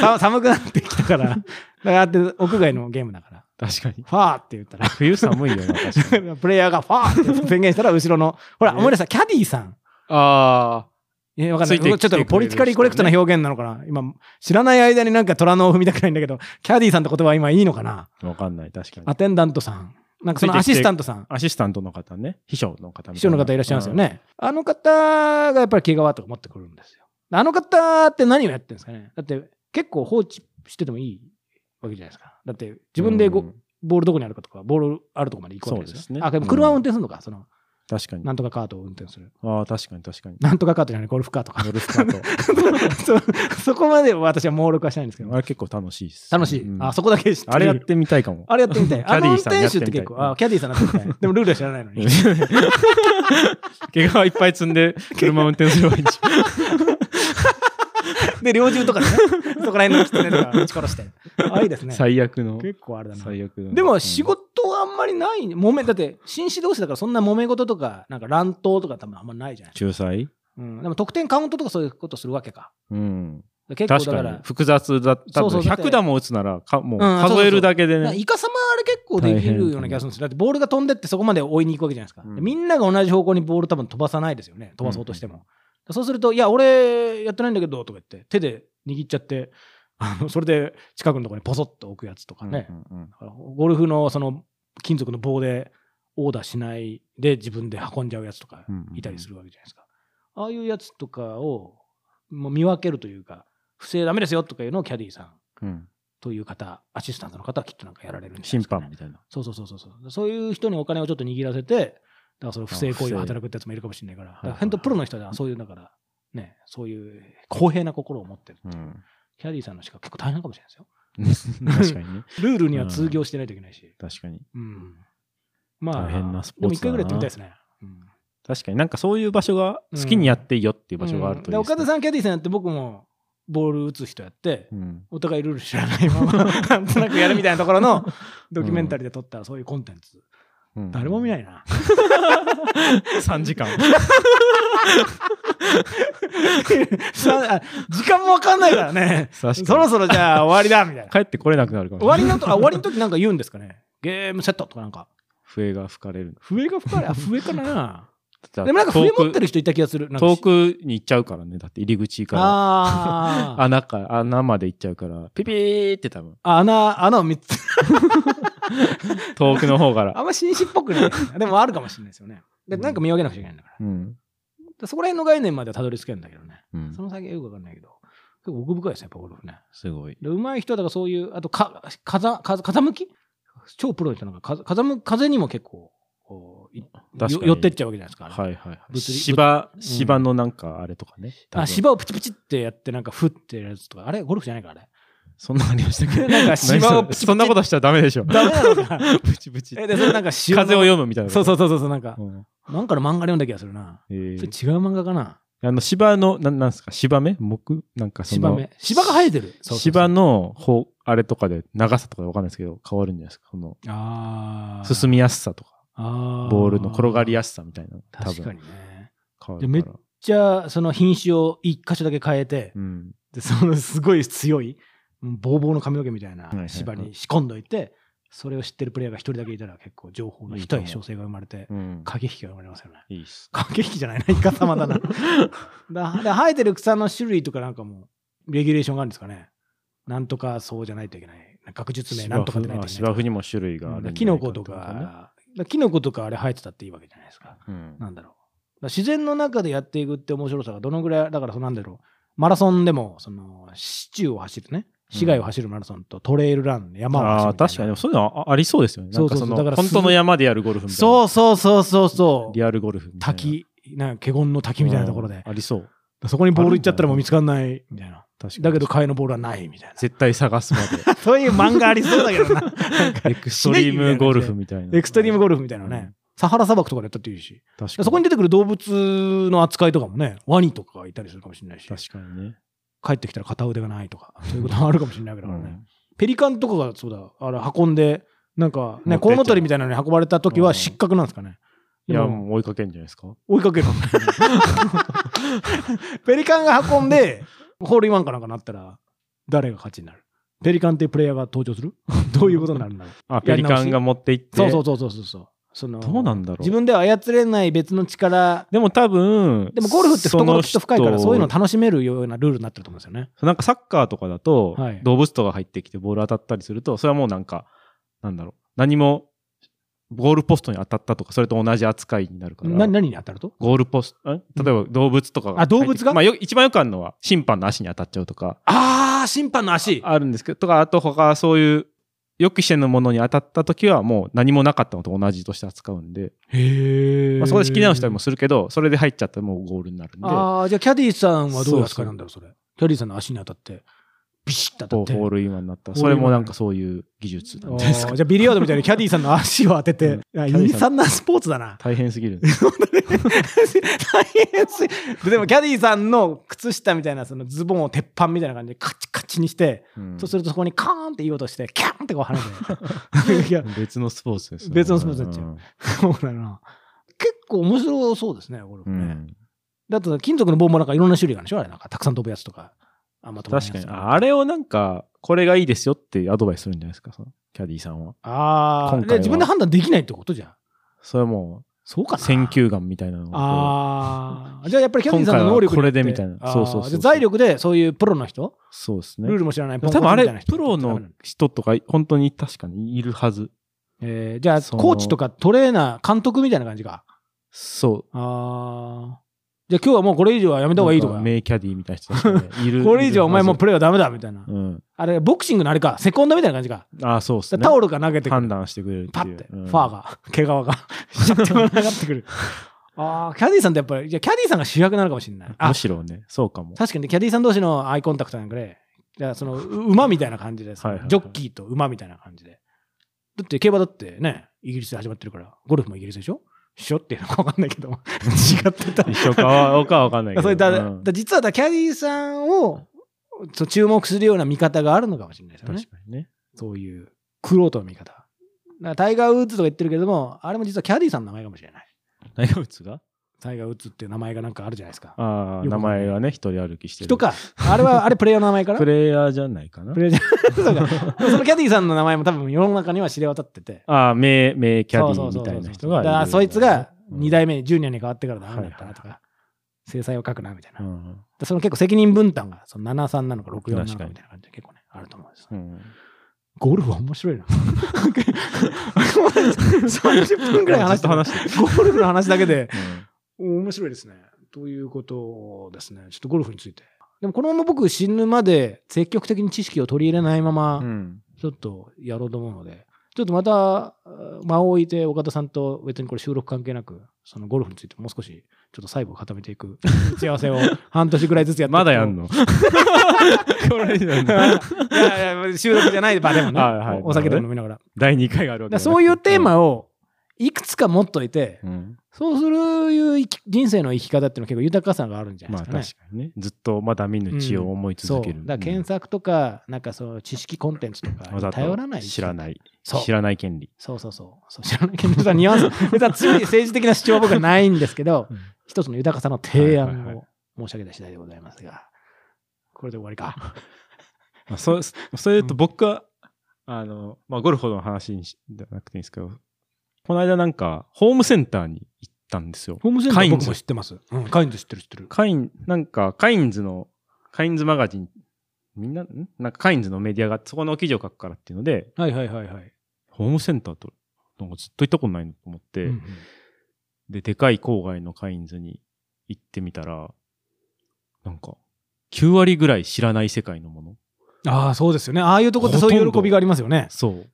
[SPEAKER 1] [laughs] さ寒くなってきたから、だからあって屋外のゲームだから、
[SPEAKER 2] 確かに。
[SPEAKER 1] ファーって言ったら、 [laughs]
[SPEAKER 2] 冬寒いよね、確かに。
[SPEAKER 1] プレイヤーがファーって宣言したら、後ろの、ほら、
[SPEAKER 2] ね
[SPEAKER 1] 思い出した、キャディーさん。
[SPEAKER 2] あ
[SPEAKER 1] え、わかんない。
[SPEAKER 2] つ
[SPEAKER 1] ち
[SPEAKER 2] いて
[SPEAKER 1] ょっ
[SPEAKER 2] きてく
[SPEAKER 1] と
[SPEAKER 2] れる
[SPEAKER 1] ポリティカリーコレクトな表現なのかな今、知らない間になんか虎のを踏みたくないんだけど、キャディーさんって言葉は今いいのかな
[SPEAKER 2] あ、わかんない、確かに
[SPEAKER 1] ア。テンダントさん。なんかそのアシスタントさん。
[SPEAKER 2] アシスタントの方ね、秘書の方みたいな
[SPEAKER 1] 秘書の方いらっしゃいますよ。ね。あの方がやっぱり毛皮とか持ってくるんですよ。あの方って何をやってるんですかねだって結構放置しててもいいわけじゃないですか。だって自分でご、
[SPEAKER 2] うん
[SPEAKER 1] ボールどこにあるかとか、ボールあるとこまで行くわけですよ。
[SPEAKER 2] そうですね
[SPEAKER 1] あ、でも車を運転するのか、その、
[SPEAKER 2] 確かに。
[SPEAKER 1] なんとかカートを運転する。
[SPEAKER 2] ああ、確かに確かに。
[SPEAKER 1] なんとかカートじゃない、ゴルフカートか。
[SPEAKER 2] ゴルフカート。
[SPEAKER 1] そ [laughs] そこまで私は猛録はしないんですけど
[SPEAKER 2] あ。れ結構楽しいです。
[SPEAKER 1] 楽しい。
[SPEAKER 2] うん
[SPEAKER 1] あ、そこだけ知ってる
[SPEAKER 2] あれやってみたいかも。
[SPEAKER 1] あれやってみたい。
[SPEAKER 2] [laughs] キャ
[SPEAKER 1] あ
[SPEAKER 2] デ
[SPEAKER 1] の運
[SPEAKER 2] ィーさんや
[SPEAKER 1] 転
[SPEAKER 2] って
[SPEAKER 1] 手った
[SPEAKER 2] みい
[SPEAKER 1] て結構、あ、キャディーさんなってみたい。でもルールは知らないのに。
[SPEAKER 2] [laughs] 怪我をいっぱい積んで車を運転すればいいんじゃん
[SPEAKER 1] で、猟銃とかでね、そこら辺の狐とか撃ち殺して。あ、いいですね。
[SPEAKER 2] 最悪の。
[SPEAKER 1] 結構あれだな。
[SPEAKER 2] 最悪の。
[SPEAKER 1] で
[SPEAKER 2] う
[SPEAKER 1] も
[SPEAKER 2] ん
[SPEAKER 1] 仕事はあんまりない、揉め、だって、紳士同士だからそんな揉め事とか、なんか乱闘とか多分あんまりないじゃない、
[SPEAKER 2] 仲裁
[SPEAKER 1] うん、でも得点カウントとかそういうことするわけか。
[SPEAKER 2] うん。
[SPEAKER 1] 結構
[SPEAKER 2] 確
[SPEAKER 1] だか
[SPEAKER 2] からに。、複雑だ。多
[SPEAKER 1] そう
[SPEAKER 2] 分
[SPEAKER 1] そうだって
[SPEAKER 2] 100打も打つなら、かもう
[SPEAKER 1] うん
[SPEAKER 2] 数えるだけで
[SPEAKER 1] なんか
[SPEAKER 2] ね。
[SPEAKER 1] イカサマあれ結構できるような気がするんですよ。だってボールが飛んでってそこまで追いに行くわけじゃないですか。
[SPEAKER 2] うん
[SPEAKER 1] でみんなが同じ方向にボール多分飛ばさないですよね。飛ばそうとしても。そうすると、いや、俺やってないんだけど、とか言って、手で握っちゃって、あのそれで近くのところにポソッと置くやつとかね。
[SPEAKER 2] うんうんうん
[SPEAKER 1] だからゴルフのその金属の棒でオーダーしないで自分で運んじゃうやつとか
[SPEAKER 2] うんうん
[SPEAKER 1] いたりするわけじゃないですか。ああいうやつとかをもう見分けるというか、不正ダメですよとかいうのをキャディーさん
[SPEAKER 2] うん
[SPEAKER 1] という方、アシスタントの方はきっとなんかやられるんじゃない
[SPEAKER 2] 審
[SPEAKER 1] ですかね
[SPEAKER 2] 判みたいな。
[SPEAKER 1] そうそうそうそうそう。そういう人にお金をちょっと握らせて、だからその不正行為を働くってやつもいるかもしれないから、だ
[SPEAKER 2] 不正
[SPEAKER 1] から本当プロの人はそういう、だから、ね、そういう公平な心を持ってる。
[SPEAKER 2] うん。
[SPEAKER 1] キャディーさんのしか結構大変かもしれないで
[SPEAKER 2] [laughs] 確かにね。
[SPEAKER 1] すよ。ルールには通行してないといけないし。
[SPEAKER 2] 確かに。
[SPEAKER 1] うん。まあ、
[SPEAKER 2] 大変なス
[SPEAKER 1] で
[SPEAKER 2] ポーツだな
[SPEAKER 1] も一回ぐらいやってみたいですね。うん
[SPEAKER 2] 確かになんかそういう場所が好きにやっていいよっていう場所があるといい
[SPEAKER 1] うんで
[SPEAKER 2] で
[SPEAKER 1] す
[SPEAKER 2] ね
[SPEAKER 1] 岡田さん、キャディーさんやって、僕もボール打つ人やって、
[SPEAKER 2] うん。
[SPEAKER 1] お互いルール知らないま
[SPEAKER 2] [laughs]
[SPEAKER 1] ま、なんとなくやるみたいなところのドキュメンタリーで撮ったそういうコンテンツ。
[SPEAKER 2] うん。
[SPEAKER 1] 誰も見ない
[SPEAKER 2] [laughs]
[SPEAKER 1] いな。 [laughs]
[SPEAKER 2] 3時間。
[SPEAKER 1] さあ時間もわかんないからね。
[SPEAKER 2] 確か
[SPEAKER 1] そ
[SPEAKER 2] に
[SPEAKER 1] ろそろじゃあ終わりだ、みたいな。
[SPEAKER 2] 帰ってこれなくなるかもし
[SPEAKER 1] 終
[SPEAKER 2] れな
[SPEAKER 1] わり
[SPEAKER 2] い
[SPEAKER 1] のと、あ終わりの時なんか言うんですかね。ゲームセットとかなんか。
[SPEAKER 2] 笛が吹かれる。
[SPEAKER 1] 笛が吹かれ、あ、笛かな。
[SPEAKER 2] で
[SPEAKER 1] でもなんか笛持って
[SPEAKER 2] る
[SPEAKER 1] る人いた気がする。なんか
[SPEAKER 2] 遠くに行っちゃうからね。だって入り口から
[SPEAKER 1] あー
[SPEAKER 2] 穴か、穴まで行っちゃうから、ピピーって多分、
[SPEAKER 1] あ。穴、穴を3つ。
[SPEAKER 2] 遠くの方か
[SPEAKER 1] [laughs]
[SPEAKER 2] ら。
[SPEAKER 1] あんま紳士っぽくない。でもあるかもしれないですよね。でなんか見分けなくちゃいけないんだから。
[SPEAKER 2] うん。
[SPEAKER 1] でそこら辺の概念まではたどり着けるんだけどね。
[SPEAKER 2] うん
[SPEAKER 1] その先はよくわかんないけど。結構奥深いですね、やっぱゴルフね。
[SPEAKER 2] すごい。
[SPEAKER 1] で上手い人はだからそういう、あとか風風風向き超プロの人なんか風風向風にも結構こういよ
[SPEAKER 2] 確かに
[SPEAKER 1] 寄ってっちゃうわけじゃないですか。あれ
[SPEAKER 2] はいはいはい。
[SPEAKER 1] 物理
[SPEAKER 2] 芝、
[SPEAKER 1] ん
[SPEAKER 2] 芝のなんかあれとかね。多分
[SPEAKER 1] あ芝をプチプチってやってなんか振ってやるやつとかあれゴルフじゃないかあれ
[SPEAKER 2] そんなのありましたっけ
[SPEAKER 1] [laughs] なんか芝をプチプチ
[SPEAKER 2] そんなことしちゃダメでしょ。
[SPEAKER 1] ダメなのか
[SPEAKER 2] プチプチ。
[SPEAKER 1] えでそれ [laughs] なんか潮の
[SPEAKER 2] 風を読むみたいな。
[SPEAKER 1] そうそうそうそうなんか
[SPEAKER 2] う、ん。
[SPEAKER 1] なんかの漫画で読んだ気がするな、
[SPEAKER 2] えー
[SPEAKER 1] それ違う漫画かな
[SPEAKER 2] あの、芝の、なんなんですか芝目木なんかそ
[SPEAKER 1] 芝
[SPEAKER 2] の、
[SPEAKER 1] 目芝が生えてるそうそうそう
[SPEAKER 2] 芝の方、あれとかで、長さとかでわかんないですけど、変わるんじゃないですか。その、
[SPEAKER 1] あー
[SPEAKER 2] 進みやすさとか、
[SPEAKER 1] あ
[SPEAKER 2] ボールの転がり
[SPEAKER 1] や
[SPEAKER 2] やすさみたいな。多
[SPEAKER 1] 確か
[SPEAKER 2] 分
[SPEAKER 1] にね
[SPEAKER 2] 変わ
[SPEAKER 1] で
[SPEAKER 2] る
[SPEAKER 1] めっ
[SPEAKER 2] から。
[SPEAKER 1] じゃあその品種を一箇所だけ変えて、
[SPEAKER 2] うん。
[SPEAKER 1] でそのすごい強いボーボーの髪の毛みたいない
[SPEAKER 2] はいはい
[SPEAKER 1] 芝に仕込んどいてそれを知ってるプレイヤーが一人だけいたら結構情報の
[SPEAKER 2] いいと
[SPEAKER 1] 一
[SPEAKER 2] 思う
[SPEAKER 1] い調整が生まれて
[SPEAKER 2] うん。
[SPEAKER 1] 駆け引きが生まれますよね
[SPEAKER 2] いい
[SPEAKER 1] [laughs]
[SPEAKER 2] っす。
[SPEAKER 1] 駆け引きじゃないなイカ様
[SPEAKER 2] [laughs]
[SPEAKER 1] だなだで生えてる草の種類とかなんかもレギュレーションがあるんですかねなんとかそうじゃないといけない学術名なんとかでないといけな
[SPEAKER 2] 芝
[SPEAKER 1] い
[SPEAKER 2] 生にも種類があ
[SPEAKER 1] うん
[SPEAKER 2] る
[SPEAKER 1] だ
[SPEAKER 2] んじゃない
[SPEAKER 1] から
[SPEAKER 2] ってこと
[SPEAKER 1] キ
[SPEAKER 2] ね。
[SPEAKER 1] ノコとかだからキノコとかあれ生えてたっていいわけじゃないですか
[SPEAKER 2] うん。
[SPEAKER 1] なんだろう。だから自然の中でやっていくって面白さがどのぐらい、だからそのなんだろう。マラソンでも、その、市中を走るね。市街を走るマラソンとトレイルラン、山を走る
[SPEAKER 2] あ
[SPEAKER 1] み
[SPEAKER 2] あ、
[SPEAKER 1] たいな。
[SPEAKER 2] 確かに、でもそういうのはあありそうですよね。なんか
[SPEAKER 1] そ
[SPEAKER 2] そ
[SPEAKER 1] うそうそうだか
[SPEAKER 2] の、
[SPEAKER 1] らす
[SPEAKER 2] 本当の山でやるゴルフみたいな。
[SPEAKER 1] そうそうそうそうそう。
[SPEAKER 2] リアルゴルフみたいな。
[SPEAKER 1] 滝、なんか、華厳の滝みたいなところで
[SPEAKER 2] うん。ありそう。
[SPEAKER 1] そこにボール行っちゃったらもう見つかんない、みたいな。
[SPEAKER 2] 確かに
[SPEAKER 1] だけど替えのボールはないみたい
[SPEAKER 2] 絶対探すまで。
[SPEAKER 1] な。そういう漫画ありそうだけどな。
[SPEAKER 2] エクストリームゴルフみたい
[SPEAKER 1] [laughs]
[SPEAKER 2] な。
[SPEAKER 1] エクストリームゴル
[SPEAKER 2] ル
[SPEAKER 1] フみたいな
[SPEAKER 2] う
[SPEAKER 1] ね
[SPEAKER 2] ん。
[SPEAKER 1] サハラ砂漠とかでやったっていいし。
[SPEAKER 2] フ。確かに。
[SPEAKER 1] そこに出てくる動物の扱いとかもね、ワニとかがいたりするかもしれないし、
[SPEAKER 2] 確かにね。
[SPEAKER 1] 帰ってきたら片腕がないとか、そういうこともあるかもしれないけどね。
[SPEAKER 2] うん
[SPEAKER 1] ペリカンとかがそうだ、あれ運んで、なんか
[SPEAKER 2] 持ってっちゃ
[SPEAKER 1] ね、
[SPEAKER 2] う
[SPEAKER 1] コウノトリみたいなのに運ばれた時は失格なんですかね。
[SPEAKER 2] い
[SPEAKER 1] で
[SPEAKER 2] や、
[SPEAKER 1] も
[SPEAKER 2] もう追いかけんじゃないですか。
[SPEAKER 1] 追いか
[SPEAKER 2] [laughs]
[SPEAKER 1] けるのペリカンが運んで、ホールインワンかなんかなったら、誰が勝ちになるペリカンっていうプレイヤーが登場
[SPEAKER 2] [laughs]
[SPEAKER 1] するどういうことになるんだろう
[SPEAKER 2] あ、ペリカンが持って行って。
[SPEAKER 1] そうそうそうそうそうそう。その
[SPEAKER 2] どうなんだろう
[SPEAKER 1] 自分では操れない別の力、
[SPEAKER 2] でも多分、
[SPEAKER 1] でもゴルフって懐がきっと深いから、
[SPEAKER 2] の人
[SPEAKER 1] そういうのを楽しめるようなルールになってると思うんですよね。
[SPEAKER 2] なんかサッカーとかだと
[SPEAKER 1] はい、
[SPEAKER 2] 動物とか入ってきてボール当たったりすると、それはもうなんか、なんだろう。何も、ゴールポストに当たったとか、それと同じ扱いになるから。
[SPEAKER 1] な何に当たると
[SPEAKER 2] ゴールポスト、ん例えば動物とかが
[SPEAKER 1] あ動物が
[SPEAKER 2] まあよ一番よくあるのは審判の足に当たっちゃうとか、
[SPEAKER 1] ああ、審判の足。
[SPEAKER 2] あるんですけど、とか、あと他そういう、予期してのものに当たった時はもう何もなかったのと同じとして扱うんで、
[SPEAKER 1] へえ
[SPEAKER 2] まあ、そこで仕切り直したりも
[SPEAKER 1] す
[SPEAKER 2] するけど、それで入っちゃったらもうゴールになるんで、こ
[SPEAKER 1] ああ、じゃあキャディーさんはどういう扱いなんだろう、それ。キャディーさんの足に当たって、ビシッと当
[SPEAKER 2] う
[SPEAKER 1] たって。
[SPEAKER 2] ホールインワンになった。
[SPEAKER 1] ホー
[SPEAKER 2] そ
[SPEAKER 1] ルイ
[SPEAKER 2] れ
[SPEAKER 1] ンワン
[SPEAKER 2] もなんかそういう技術なんじゃないです
[SPEAKER 1] あ
[SPEAKER 2] か
[SPEAKER 1] ー。じゃあビリヤードみたいにキャディーさんの足を当て
[SPEAKER 2] う
[SPEAKER 1] て
[SPEAKER 2] ん、
[SPEAKER 1] いや
[SPEAKER 2] キャディー
[SPEAKER 1] 陰
[SPEAKER 2] さん
[SPEAKER 1] 惨なスポーツだな。
[SPEAKER 2] [laughs]
[SPEAKER 1] [laughs]
[SPEAKER 2] 大変すぎる。
[SPEAKER 1] 大変すででもキャディーさんの靴下みたいなそのズボンを鉄板みたいな感じでカチカチにして、 [laughs]
[SPEAKER 2] うん
[SPEAKER 1] そうするとそこにカーンって言おうとしてキャーンってこう跳ねて [laughs] いや
[SPEAKER 2] 別のスポーツですね
[SPEAKER 1] 別のスポーツになっちゃうそうだな結構面白そうですねゴルフ
[SPEAKER 2] う
[SPEAKER 1] ね、
[SPEAKER 2] ん
[SPEAKER 1] だと金属の棒もなんかいろんな種類があるでしょあれなんかたくさん飛ぶやつとかあまともなやつ
[SPEAKER 2] 確かに。あれをなんか、これがいいですよってアドバイスするんじゃないですか、そのキャディーさんは。
[SPEAKER 1] あ
[SPEAKER 2] 今
[SPEAKER 1] あ
[SPEAKER 2] 回は
[SPEAKER 1] 自分で判断できないってことじゃん
[SPEAKER 2] それはも
[SPEAKER 1] そうか
[SPEAKER 2] う、
[SPEAKER 1] な
[SPEAKER 2] 選球眼みたいなのを
[SPEAKER 1] ああ。じゃあやっぱりキャディーさんの能力によって
[SPEAKER 2] 今回はこれでみた
[SPEAKER 1] あ
[SPEAKER 2] いな
[SPEAKER 1] ー
[SPEAKER 2] そうそうそう
[SPEAKER 1] じゃあ財力でそういうプロの人、
[SPEAKER 2] そうです
[SPEAKER 1] ルー
[SPEAKER 2] ね。
[SPEAKER 1] ルも知らないポンコ
[SPEAKER 2] 多
[SPEAKER 1] ツみ
[SPEAKER 2] 分
[SPEAKER 1] た
[SPEAKER 2] あ
[SPEAKER 1] いな人
[SPEAKER 2] れ、プロの人とか、本当に確かにいるはず。
[SPEAKER 1] えーじゃあ
[SPEAKER 2] その
[SPEAKER 1] コーチとかトレーナー、監督みたいな感じか。
[SPEAKER 2] そう。
[SPEAKER 1] ああ。じゃあ今日はもうこれ以上はやめた方がいいとか。
[SPEAKER 2] なん名キャディーみたいな人たちがねい
[SPEAKER 1] [laughs]
[SPEAKER 2] る。
[SPEAKER 1] これ以上お前もう
[SPEAKER 2] プ
[SPEAKER 1] プレーはダメだみたいな。
[SPEAKER 2] うん。
[SPEAKER 1] あれ、ボクシングのあれか、セコンドみたいな感じか。
[SPEAKER 2] ああ、そうです
[SPEAKER 1] だ
[SPEAKER 2] ね。
[SPEAKER 1] からタオルが投げてく
[SPEAKER 2] 判
[SPEAKER 1] る。
[SPEAKER 2] 断してくれるって
[SPEAKER 1] パ
[SPEAKER 2] い
[SPEAKER 1] ッ
[SPEAKER 2] う。
[SPEAKER 1] て、
[SPEAKER 2] うん
[SPEAKER 1] ファーが、 [laughs] 毛皮が、シャッて上がってくる。ああ、キャディーさんってやっぱり、じゃあキャディーさんが主役なのかもしれない。あ
[SPEAKER 2] むしろね、そうかも。
[SPEAKER 1] 確かにキャディーさん同士のアイコンタクトなんかで、じゃあそのう馬みたいな感じで、その
[SPEAKER 2] はいはいはい
[SPEAKER 1] ジョッキーと馬みたいな感じで。だって競馬だってね、イギリスで始まってるから、ゴルフもイギリスでしょしょっていうのか分かんないけど、違ってた。
[SPEAKER 2] 一緒かはかわかんないけど。
[SPEAKER 1] [laughs] それだ
[SPEAKER 2] うん
[SPEAKER 1] だ実はだキャディーさんをそう注目するような見方があるのかもしれないですよ
[SPEAKER 2] 確
[SPEAKER 1] ね。
[SPEAKER 2] かにね。
[SPEAKER 1] そういう、クロートの見方。だからタイガー・ウッズとか言ってるけども、あれも実はキャディーさんの名前かもしれない。
[SPEAKER 2] 大学物が
[SPEAKER 1] タイガー・ウッズっていう名前がなんかあるじゃないですか。
[SPEAKER 2] ああ、
[SPEAKER 1] よく
[SPEAKER 2] 名前がね、一人歩きしてる。
[SPEAKER 1] 人。か。あれは、あれプレイヤーの名前から
[SPEAKER 2] プレイヤーじゃないかな
[SPEAKER 1] プ。レジャー [laughs] そうかでもそのキャディーさんの名前も多分世の中には知れ渡ってて。
[SPEAKER 2] ああ、名、名キャディ
[SPEAKER 1] そう
[SPEAKER 2] ー
[SPEAKER 1] そ
[SPEAKER 2] み
[SPEAKER 1] うそ
[SPEAKER 2] た
[SPEAKER 1] うそう
[SPEAKER 2] いな人がる
[SPEAKER 1] だからそいつが
[SPEAKER 2] うん
[SPEAKER 1] 2代目にジュニアに変わってからダメだったなとか、制裁を書くなみたいな。
[SPEAKER 2] うん
[SPEAKER 1] でその結構責任分担がその73なのか64なの
[SPEAKER 2] 確か
[SPEAKER 1] か
[SPEAKER 2] に
[SPEAKER 1] みたいな感じで結構ね、あると思うんです。
[SPEAKER 2] うん
[SPEAKER 1] ゴルフは面白い
[SPEAKER 2] [laughs]
[SPEAKER 1] な。30分ぐらい話してる
[SPEAKER 2] ずっと話してる
[SPEAKER 1] ゴルフの話だけで
[SPEAKER 2] うん
[SPEAKER 1] 面白いですね。ということですね。ちょっとゴルフについて。でもこのまま僕死ぬまで積極的に知識を取り入れないまま、
[SPEAKER 2] うん
[SPEAKER 1] ちょっとやろうと思うので、ちょっとまたえー間を置いて岡田さんと別にこれ収録関係なく、そのゴルフについてもう少しちょっと細部を固めていく
[SPEAKER 2] [laughs]
[SPEAKER 1] 打ち合わせを半年ぐらいずつやっていくと
[SPEAKER 2] まだやんのこれや
[SPEAKER 1] [laughs]
[SPEAKER 2] ん
[SPEAKER 1] い
[SPEAKER 2] の
[SPEAKER 1] やいや、収録じゃない場でもね、
[SPEAKER 2] [laughs] はいはい
[SPEAKER 1] おお酒でも飲みながら。だか
[SPEAKER 2] 第2回があるわけ
[SPEAKER 1] ら
[SPEAKER 2] だね
[SPEAKER 1] そういうテー、マをいくつか持っといて、
[SPEAKER 2] うん
[SPEAKER 1] そうするいう生き人生の生き方っていうのは結構豊かさがあるんじゃな
[SPEAKER 2] ま
[SPEAKER 1] い
[SPEAKER 2] あ
[SPEAKER 1] です
[SPEAKER 2] 確
[SPEAKER 1] かね。
[SPEAKER 2] かにねずっとまだ見ぬ地を思い
[SPEAKER 1] そう
[SPEAKER 2] 続ける、
[SPEAKER 1] だから検索とか、なんかそう知識コンテンツと
[SPEAKER 2] うんわ
[SPEAKER 1] か
[SPEAKER 2] ざと
[SPEAKER 1] 頼らない
[SPEAKER 2] 知らない
[SPEAKER 1] そう
[SPEAKER 2] 知らない権利
[SPEAKER 1] そうそうそう。そう知らないけど、別にニュアン
[SPEAKER 2] [laughs]
[SPEAKER 1] ス、別に強い政治的な主張は僕はないんですけど、一つの豊かさの提
[SPEAKER 2] はい
[SPEAKER 1] 案
[SPEAKER 2] はいは
[SPEAKER 1] を申し上げた次第でございますが、これで終わり [laughs] か。
[SPEAKER 2] まあ、そうそれと僕は、あの、まあ、ゴルフの話にしじゃなくていいんですけど、この間なんか、ホームセンターに行ったんですよ。
[SPEAKER 1] ホームセ
[SPEAKER 2] ンターカインズ僕も
[SPEAKER 1] 知ってます。うん、カインズ知ってる知ってる。
[SPEAKER 2] カイン、なんか、カインズの、カインズマガジン、みんな、んなんかカインズのメディアがそこの記事を書くからっていうので、
[SPEAKER 1] はいはいはいはい。
[SPEAKER 2] ホームセンターと、なんかずっと行ったことないのと思って、
[SPEAKER 1] うんうん
[SPEAKER 2] で、でかい郊外のカインズに行ってみたら、なんか、9割ぐらい知らない世界のもの。
[SPEAKER 1] ああ、そうですよね。ああいうとこってそうい
[SPEAKER 2] ほと
[SPEAKER 1] うん
[SPEAKER 2] ど
[SPEAKER 1] 喜びがありますよね。
[SPEAKER 2] そう。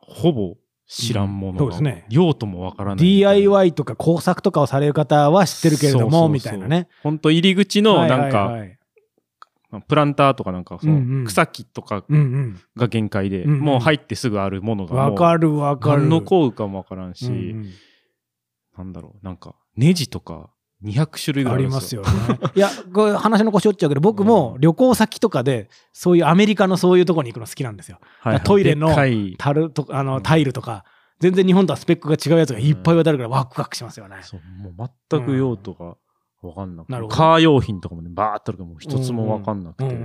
[SPEAKER 2] ほぼ知らんものが、
[SPEAKER 1] うんそうですね
[SPEAKER 2] 用途もわからない。
[SPEAKER 1] DIY とか工作とかをされる方は知ってるけれど
[SPEAKER 2] そうそうそ
[SPEAKER 1] も、
[SPEAKER 2] う
[SPEAKER 1] みたいなね。
[SPEAKER 2] ほんと入り口のなんか、
[SPEAKER 1] いいい
[SPEAKER 2] まあプランターとかなんか、そ
[SPEAKER 1] うんうん
[SPEAKER 2] の草木とか
[SPEAKER 1] うん
[SPEAKER 2] が限界で、
[SPEAKER 1] うんうん
[SPEAKER 2] もう入ってすぐあるもの
[SPEAKER 1] うん。
[SPEAKER 2] がもう、
[SPEAKER 1] わかるわかる。
[SPEAKER 2] 何の効果もわからんし、
[SPEAKER 1] うんうん
[SPEAKER 2] なんだろう、なんか、ネジとか200種類ぐ
[SPEAKER 1] あ
[SPEAKER 2] らいあ
[SPEAKER 1] り
[SPEAKER 2] るん
[SPEAKER 1] ま
[SPEAKER 2] です
[SPEAKER 1] す
[SPEAKER 2] よ。
[SPEAKER 1] よね。いや、これ話の腰折っちゃうけど、僕も
[SPEAKER 2] うん
[SPEAKER 1] 旅行先とかで、そういうアメリカのそういうとこに行くの好きなんですよ。
[SPEAKER 2] はいはい
[SPEAKER 1] トイレの
[SPEAKER 2] でっかい
[SPEAKER 1] タルとあ
[SPEAKER 2] う
[SPEAKER 1] の
[SPEAKER 2] ん
[SPEAKER 1] タイルとか、全然日本とはスペックが違うやつがいっぱい渡るから、ワクワクしますよね。
[SPEAKER 2] そう、もう全く用途がわかんなくて、
[SPEAKER 1] なるほど
[SPEAKER 2] カー用品とかもね、バーっとあるけど、もう一つもわかんなく
[SPEAKER 1] う
[SPEAKER 2] て、
[SPEAKER 1] んうん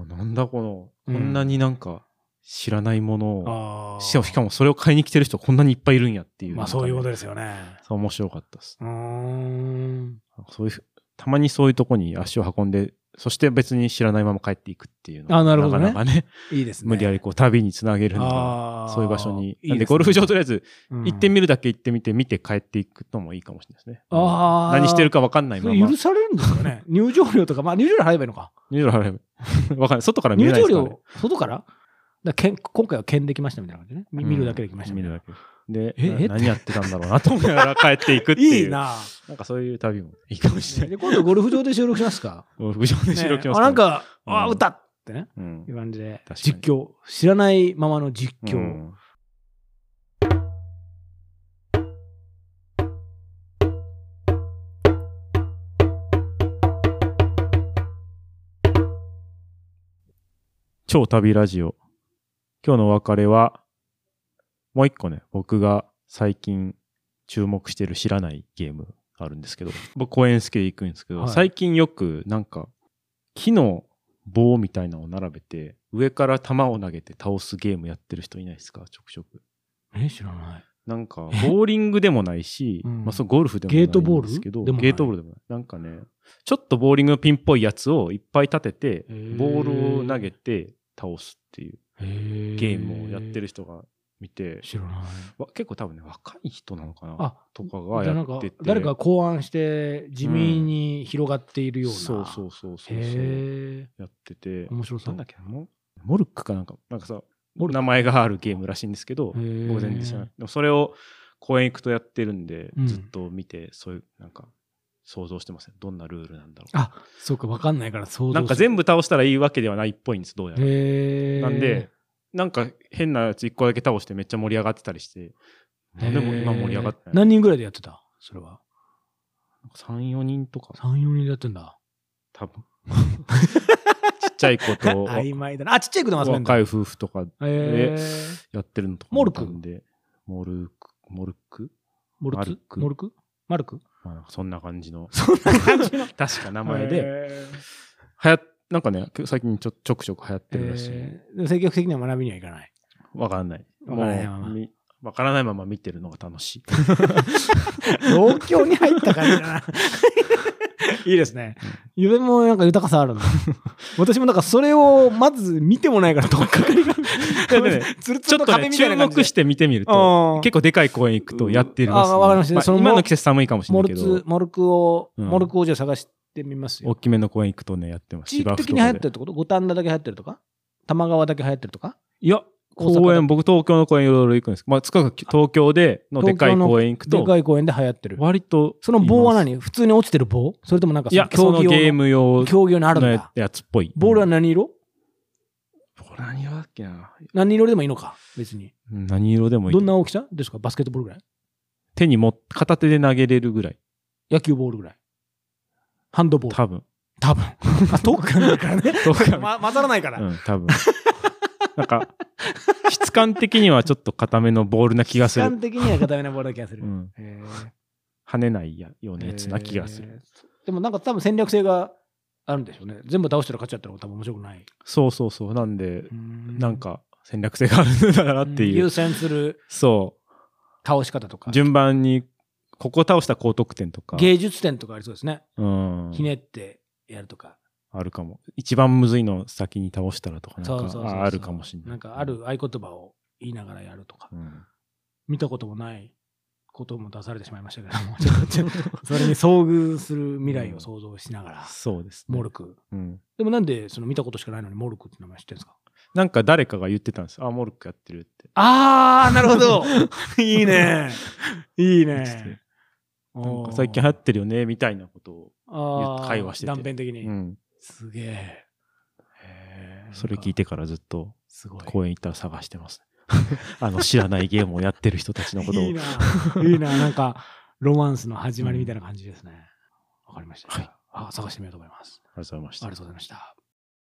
[SPEAKER 1] うん
[SPEAKER 2] ななんだこの、
[SPEAKER 1] うん
[SPEAKER 2] こんなになんか知らないものを、
[SPEAKER 1] あー
[SPEAKER 2] しかもしかもそれを買いに来てる人こんなにいっぱいいるんやっていう。
[SPEAKER 1] まあそういうこと
[SPEAKER 2] で。
[SPEAKER 1] ですよね。
[SPEAKER 2] そう面白かったです。
[SPEAKER 1] うーん。
[SPEAKER 2] そういう、たまにそういうとこに足を運んで、そして別に知らないまま帰っていくっていうのが
[SPEAKER 1] あなるほどね
[SPEAKER 2] なかなかね、
[SPEAKER 1] いいですね。
[SPEAKER 2] 無理やりこう旅につなげるのが、
[SPEAKER 1] あー
[SPEAKER 2] そういう場所
[SPEAKER 1] い
[SPEAKER 2] に。
[SPEAKER 1] い
[SPEAKER 2] なん
[SPEAKER 1] すね
[SPEAKER 2] でゴルフ場とりあえず
[SPEAKER 1] うん
[SPEAKER 2] 行ってみるだけ行ってみて、見て帰っていくのもいいかもしれないですね。
[SPEAKER 1] あー
[SPEAKER 2] 何してるか分かんない
[SPEAKER 1] そ
[SPEAKER 2] ま
[SPEAKER 1] れ
[SPEAKER 2] ま
[SPEAKER 1] 許。
[SPEAKER 2] [laughs]
[SPEAKER 1] されるんですかね。入場料とか、まあ入場料払えばいいのか。
[SPEAKER 2] 入場料払えばわかんない。外から見
[SPEAKER 1] 入
[SPEAKER 2] えないで
[SPEAKER 1] 場
[SPEAKER 2] すからね、
[SPEAKER 1] 料、外からだからけん今回は剣できましたみたいな感じね。み見るだけできました
[SPEAKER 2] うん
[SPEAKER 1] み
[SPEAKER 2] 見
[SPEAKER 1] たい
[SPEAKER 2] る
[SPEAKER 1] な
[SPEAKER 2] だけ。で、
[SPEAKER 1] ええ
[SPEAKER 2] な何やってたんだろうなと思いながら帰っていくってい。
[SPEAKER 1] [laughs] いういな。
[SPEAKER 2] なんかそういう旅もいいかもしれな
[SPEAKER 1] で
[SPEAKER 2] い。
[SPEAKER 1] 今度ゴルフ場で収録しますか。
[SPEAKER 2] もう副上で [laughs] 収録し
[SPEAKER 1] ね
[SPEAKER 2] ます
[SPEAKER 1] あ、なん、か、あ、
[SPEAKER 2] うん
[SPEAKER 1] 歌ってね。
[SPEAKER 2] うん
[SPEAKER 1] いう感じで
[SPEAKER 2] 確かに
[SPEAKER 1] 実況知らないままの実況、
[SPEAKER 2] うん超旅ラジオ。今日のお別れは、もう一個ね、僕が最近注目してる知らないゲームあるんですけど、僕公園好きで行くんですけど、
[SPEAKER 1] はい
[SPEAKER 2] 最近よくなんか、木の棒みたいなのを並べて、上から球を投げて倒すゲームやってる人いないですかちょくちょく。
[SPEAKER 1] え知らない
[SPEAKER 2] なんか
[SPEAKER 1] え、
[SPEAKER 2] ボーリングでもないし、
[SPEAKER 1] うん
[SPEAKER 2] まあ、そうゴルフでもない
[SPEAKER 1] ゲートボー
[SPEAKER 2] ん
[SPEAKER 1] ル
[SPEAKER 2] ですけど、
[SPEAKER 1] でもない
[SPEAKER 2] ゲートボールでもない。なんかね、ちょっとボーリングのピンっぽいやつをいっぱい立てて、
[SPEAKER 1] へー
[SPEAKER 2] ボールを投げて倒すっていう
[SPEAKER 1] ゲ
[SPEAKER 2] ゲームをやってる人が見て、
[SPEAKER 1] 知らない
[SPEAKER 2] わ結構多分ね、若い人なのかな
[SPEAKER 1] あ
[SPEAKER 2] とかが
[SPEAKER 1] じゃあ
[SPEAKER 2] や
[SPEAKER 1] なんか
[SPEAKER 2] ってて。
[SPEAKER 1] 誰かが考案して地味に広がっているような、
[SPEAKER 2] そうそうそうそうそう。
[SPEAKER 1] へえ
[SPEAKER 2] やってて、
[SPEAKER 1] 面白そ
[SPEAKER 2] な
[SPEAKER 1] うん
[SPEAKER 2] だっけなモモルックかなんか、なんかさ、
[SPEAKER 1] モルック
[SPEAKER 2] 名前があるゲームらしいんですけど、僕全然知らない。でもそれを公園行くとやってるんで、
[SPEAKER 1] うん
[SPEAKER 2] ずっと見て、そういう、なんか、想像してますね。どんなルールなんだろ
[SPEAKER 1] あそうかわかんないから想像
[SPEAKER 2] う。なんか全部倒したらいいわけではないっぽいんです、どうやら。
[SPEAKER 1] へえ
[SPEAKER 2] なんで、なんか変なやつ1個だけ倒してめっちゃ盛り上がってたりして、なんでも今盛り上がって
[SPEAKER 1] へー
[SPEAKER 2] ない
[SPEAKER 1] 何人ぐらいでやってたそれは
[SPEAKER 2] 3、4人とか、
[SPEAKER 1] 34人でやってんだ
[SPEAKER 2] 多分。 [laughs] ちっちゃい子と、
[SPEAKER 1] 曖昧だなあちっちゃい子でも遊べんだ
[SPEAKER 2] 若い夫婦とか
[SPEAKER 1] へえ
[SPEAKER 2] やってるのとか
[SPEAKER 1] モルック
[SPEAKER 2] 見たんで、モルック、モルック
[SPEAKER 1] モル
[SPEAKER 2] マル
[SPEAKER 1] ツ
[SPEAKER 2] ク
[SPEAKER 1] モルクマルク
[SPEAKER 2] まあなんかそんな感じの、
[SPEAKER 1] そんな感じの
[SPEAKER 2] [laughs] 確か名前で、
[SPEAKER 1] へー
[SPEAKER 2] はや、なんかね、最近ちょちょくちょく流行ってるらしい。
[SPEAKER 1] えーでも積極的には学びにはいか
[SPEAKER 2] [laughs]
[SPEAKER 1] ない。
[SPEAKER 2] わからない。
[SPEAKER 1] わからないまま
[SPEAKER 2] もうみわからないまま見てるのが
[SPEAKER 1] [laughs]
[SPEAKER 2] 楽しい。
[SPEAKER 1] 同郷に入った感じだ
[SPEAKER 2] [laughs]
[SPEAKER 1] な。いいですね。夢もなんか豊かさあ
[SPEAKER 2] [laughs]
[SPEAKER 1] るの。私もなんかそれをまず見てもないから、とっかかりが。
[SPEAKER 2] やでもね
[SPEAKER 1] つるつ
[SPEAKER 2] ち
[SPEAKER 1] る
[SPEAKER 2] ょ
[SPEAKER 1] の
[SPEAKER 2] っと
[SPEAKER 1] 壁
[SPEAKER 2] ね、
[SPEAKER 1] みたい
[SPEAKER 2] 注
[SPEAKER 1] な感じで。
[SPEAKER 2] 目して見てみると、
[SPEAKER 1] うん
[SPEAKER 2] 結構でかい公園行くとやってるらしい
[SPEAKER 1] あわかりましたその
[SPEAKER 2] 今の季節寒いかもしれ
[SPEAKER 1] モ
[SPEAKER 2] ない
[SPEAKER 1] ル
[SPEAKER 2] け
[SPEAKER 1] ツ
[SPEAKER 2] ど、、
[SPEAKER 1] モルクを、
[SPEAKER 2] うん
[SPEAKER 1] モルクをじゃあ探してみます
[SPEAKER 2] 大
[SPEAKER 1] よ。
[SPEAKER 2] きめの公園行くとね、やってます。
[SPEAKER 1] 地域的に流
[SPEAKER 2] 芝
[SPEAKER 1] 行
[SPEAKER 2] 生
[SPEAKER 1] ってるっ
[SPEAKER 2] とかで
[SPEAKER 1] てこと五反田だけ流行ってるとか玉川だけ流行ってるとか
[SPEAKER 2] いや、
[SPEAKER 1] 大阪だ
[SPEAKER 2] 公園、僕東京の公園いろいろ行くんですけど、まあ、つか東京でのでかい公園行く
[SPEAKER 1] でか
[SPEAKER 2] と、
[SPEAKER 1] い公園で流行ってる。
[SPEAKER 2] 割と、
[SPEAKER 1] その棒は何普通に落ちてる棒それともなんか
[SPEAKER 2] いや、そ
[SPEAKER 1] 競
[SPEAKER 2] の
[SPEAKER 1] 技用
[SPEAKER 2] ゲーム用
[SPEAKER 1] 競技用のあるん
[SPEAKER 2] の
[SPEAKER 1] だ
[SPEAKER 2] や。やつっぽい。
[SPEAKER 1] ボールは
[SPEAKER 2] うん
[SPEAKER 1] 何色
[SPEAKER 2] ボール何色だっけな。
[SPEAKER 1] 何色でもいいのか別に。
[SPEAKER 2] うん何色でもいい
[SPEAKER 1] どん。な大きさですかバスケットボールぐらい
[SPEAKER 2] 手にも片手で投げれるぐらい
[SPEAKER 1] 野球ボールぐらいハンドボール
[SPEAKER 2] 多分
[SPEAKER 1] 多分あ遠くからからね
[SPEAKER 2] 遠くから
[SPEAKER 1] ま混ざらないから、
[SPEAKER 2] うん多分 [laughs] なんか質感的にはちょっと固めのボールな気がす
[SPEAKER 1] 時
[SPEAKER 2] る
[SPEAKER 1] 間、的には固めなボールな気がする、
[SPEAKER 2] うん、
[SPEAKER 1] へ
[SPEAKER 2] 跳ねないやよう
[SPEAKER 1] ー
[SPEAKER 2] なやつな気がする、
[SPEAKER 1] へーでもなんか多分戦略性があるんでしょうね全部倒したら勝っちゃったら多分面白くない
[SPEAKER 2] そうそうそうなんで、
[SPEAKER 1] な
[SPEAKER 2] なんか戦略性があるんだなっていう、
[SPEAKER 1] 優先する
[SPEAKER 2] そ
[SPEAKER 1] 倒し方とか
[SPEAKER 2] う順番にここ倒した高得点とか、
[SPEAKER 1] 芸術点とかありそうですね、
[SPEAKER 2] うん、
[SPEAKER 1] ひねってやるとか
[SPEAKER 2] あるかも一番むずいの先に倒したらとかなんか
[SPEAKER 1] そうそうそうそう
[SPEAKER 2] ああるかもしれない
[SPEAKER 1] なんかある、合言葉を言いながらやるとか
[SPEAKER 2] うん
[SPEAKER 1] 見たこともないことも出されてしまいましたけども、 [laughs] ちょっとちょっとそれに遭遇する未来を想像しながら、
[SPEAKER 2] そうです、ね、
[SPEAKER 1] モルク。
[SPEAKER 2] うん、
[SPEAKER 1] でもなんで、その見たことしかないのにモルクって名前知ってるんですか
[SPEAKER 2] なんか誰かが言ってたんですあモルックやってるって
[SPEAKER 1] あー、なるほど [laughs] いい
[SPEAKER 2] [laughs]
[SPEAKER 1] ねいいね
[SPEAKER 2] なんか最近流行ってるよねみたいなことを、
[SPEAKER 1] あー
[SPEAKER 2] 会話してて
[SPEAKER 1] 断片的に。
[SPEAKER 2] うん
[SPEAKER 1] すげえ。へえ
[SPEAKER 2] それ聞い。てからずっと
[SPEAKER 1] すごい。
[SPEAKER 2] 公園行ったら探してます。 [laughs] あの、知らないゲームをやってる人たちのことを。
[SPEAKER 1] いいな。いいな。なんか、ロマンスの始まりみたいな感じですね。わ、かりました。
[SPEAKER 2] はい
[SPEAKER 1] あ探してみようと思います。
[SPEAKER 2] ありがとうございまし
[SPEAKER 1] あり
[SPEAKER 2] た
[SPEAKER 1] が。とうございました。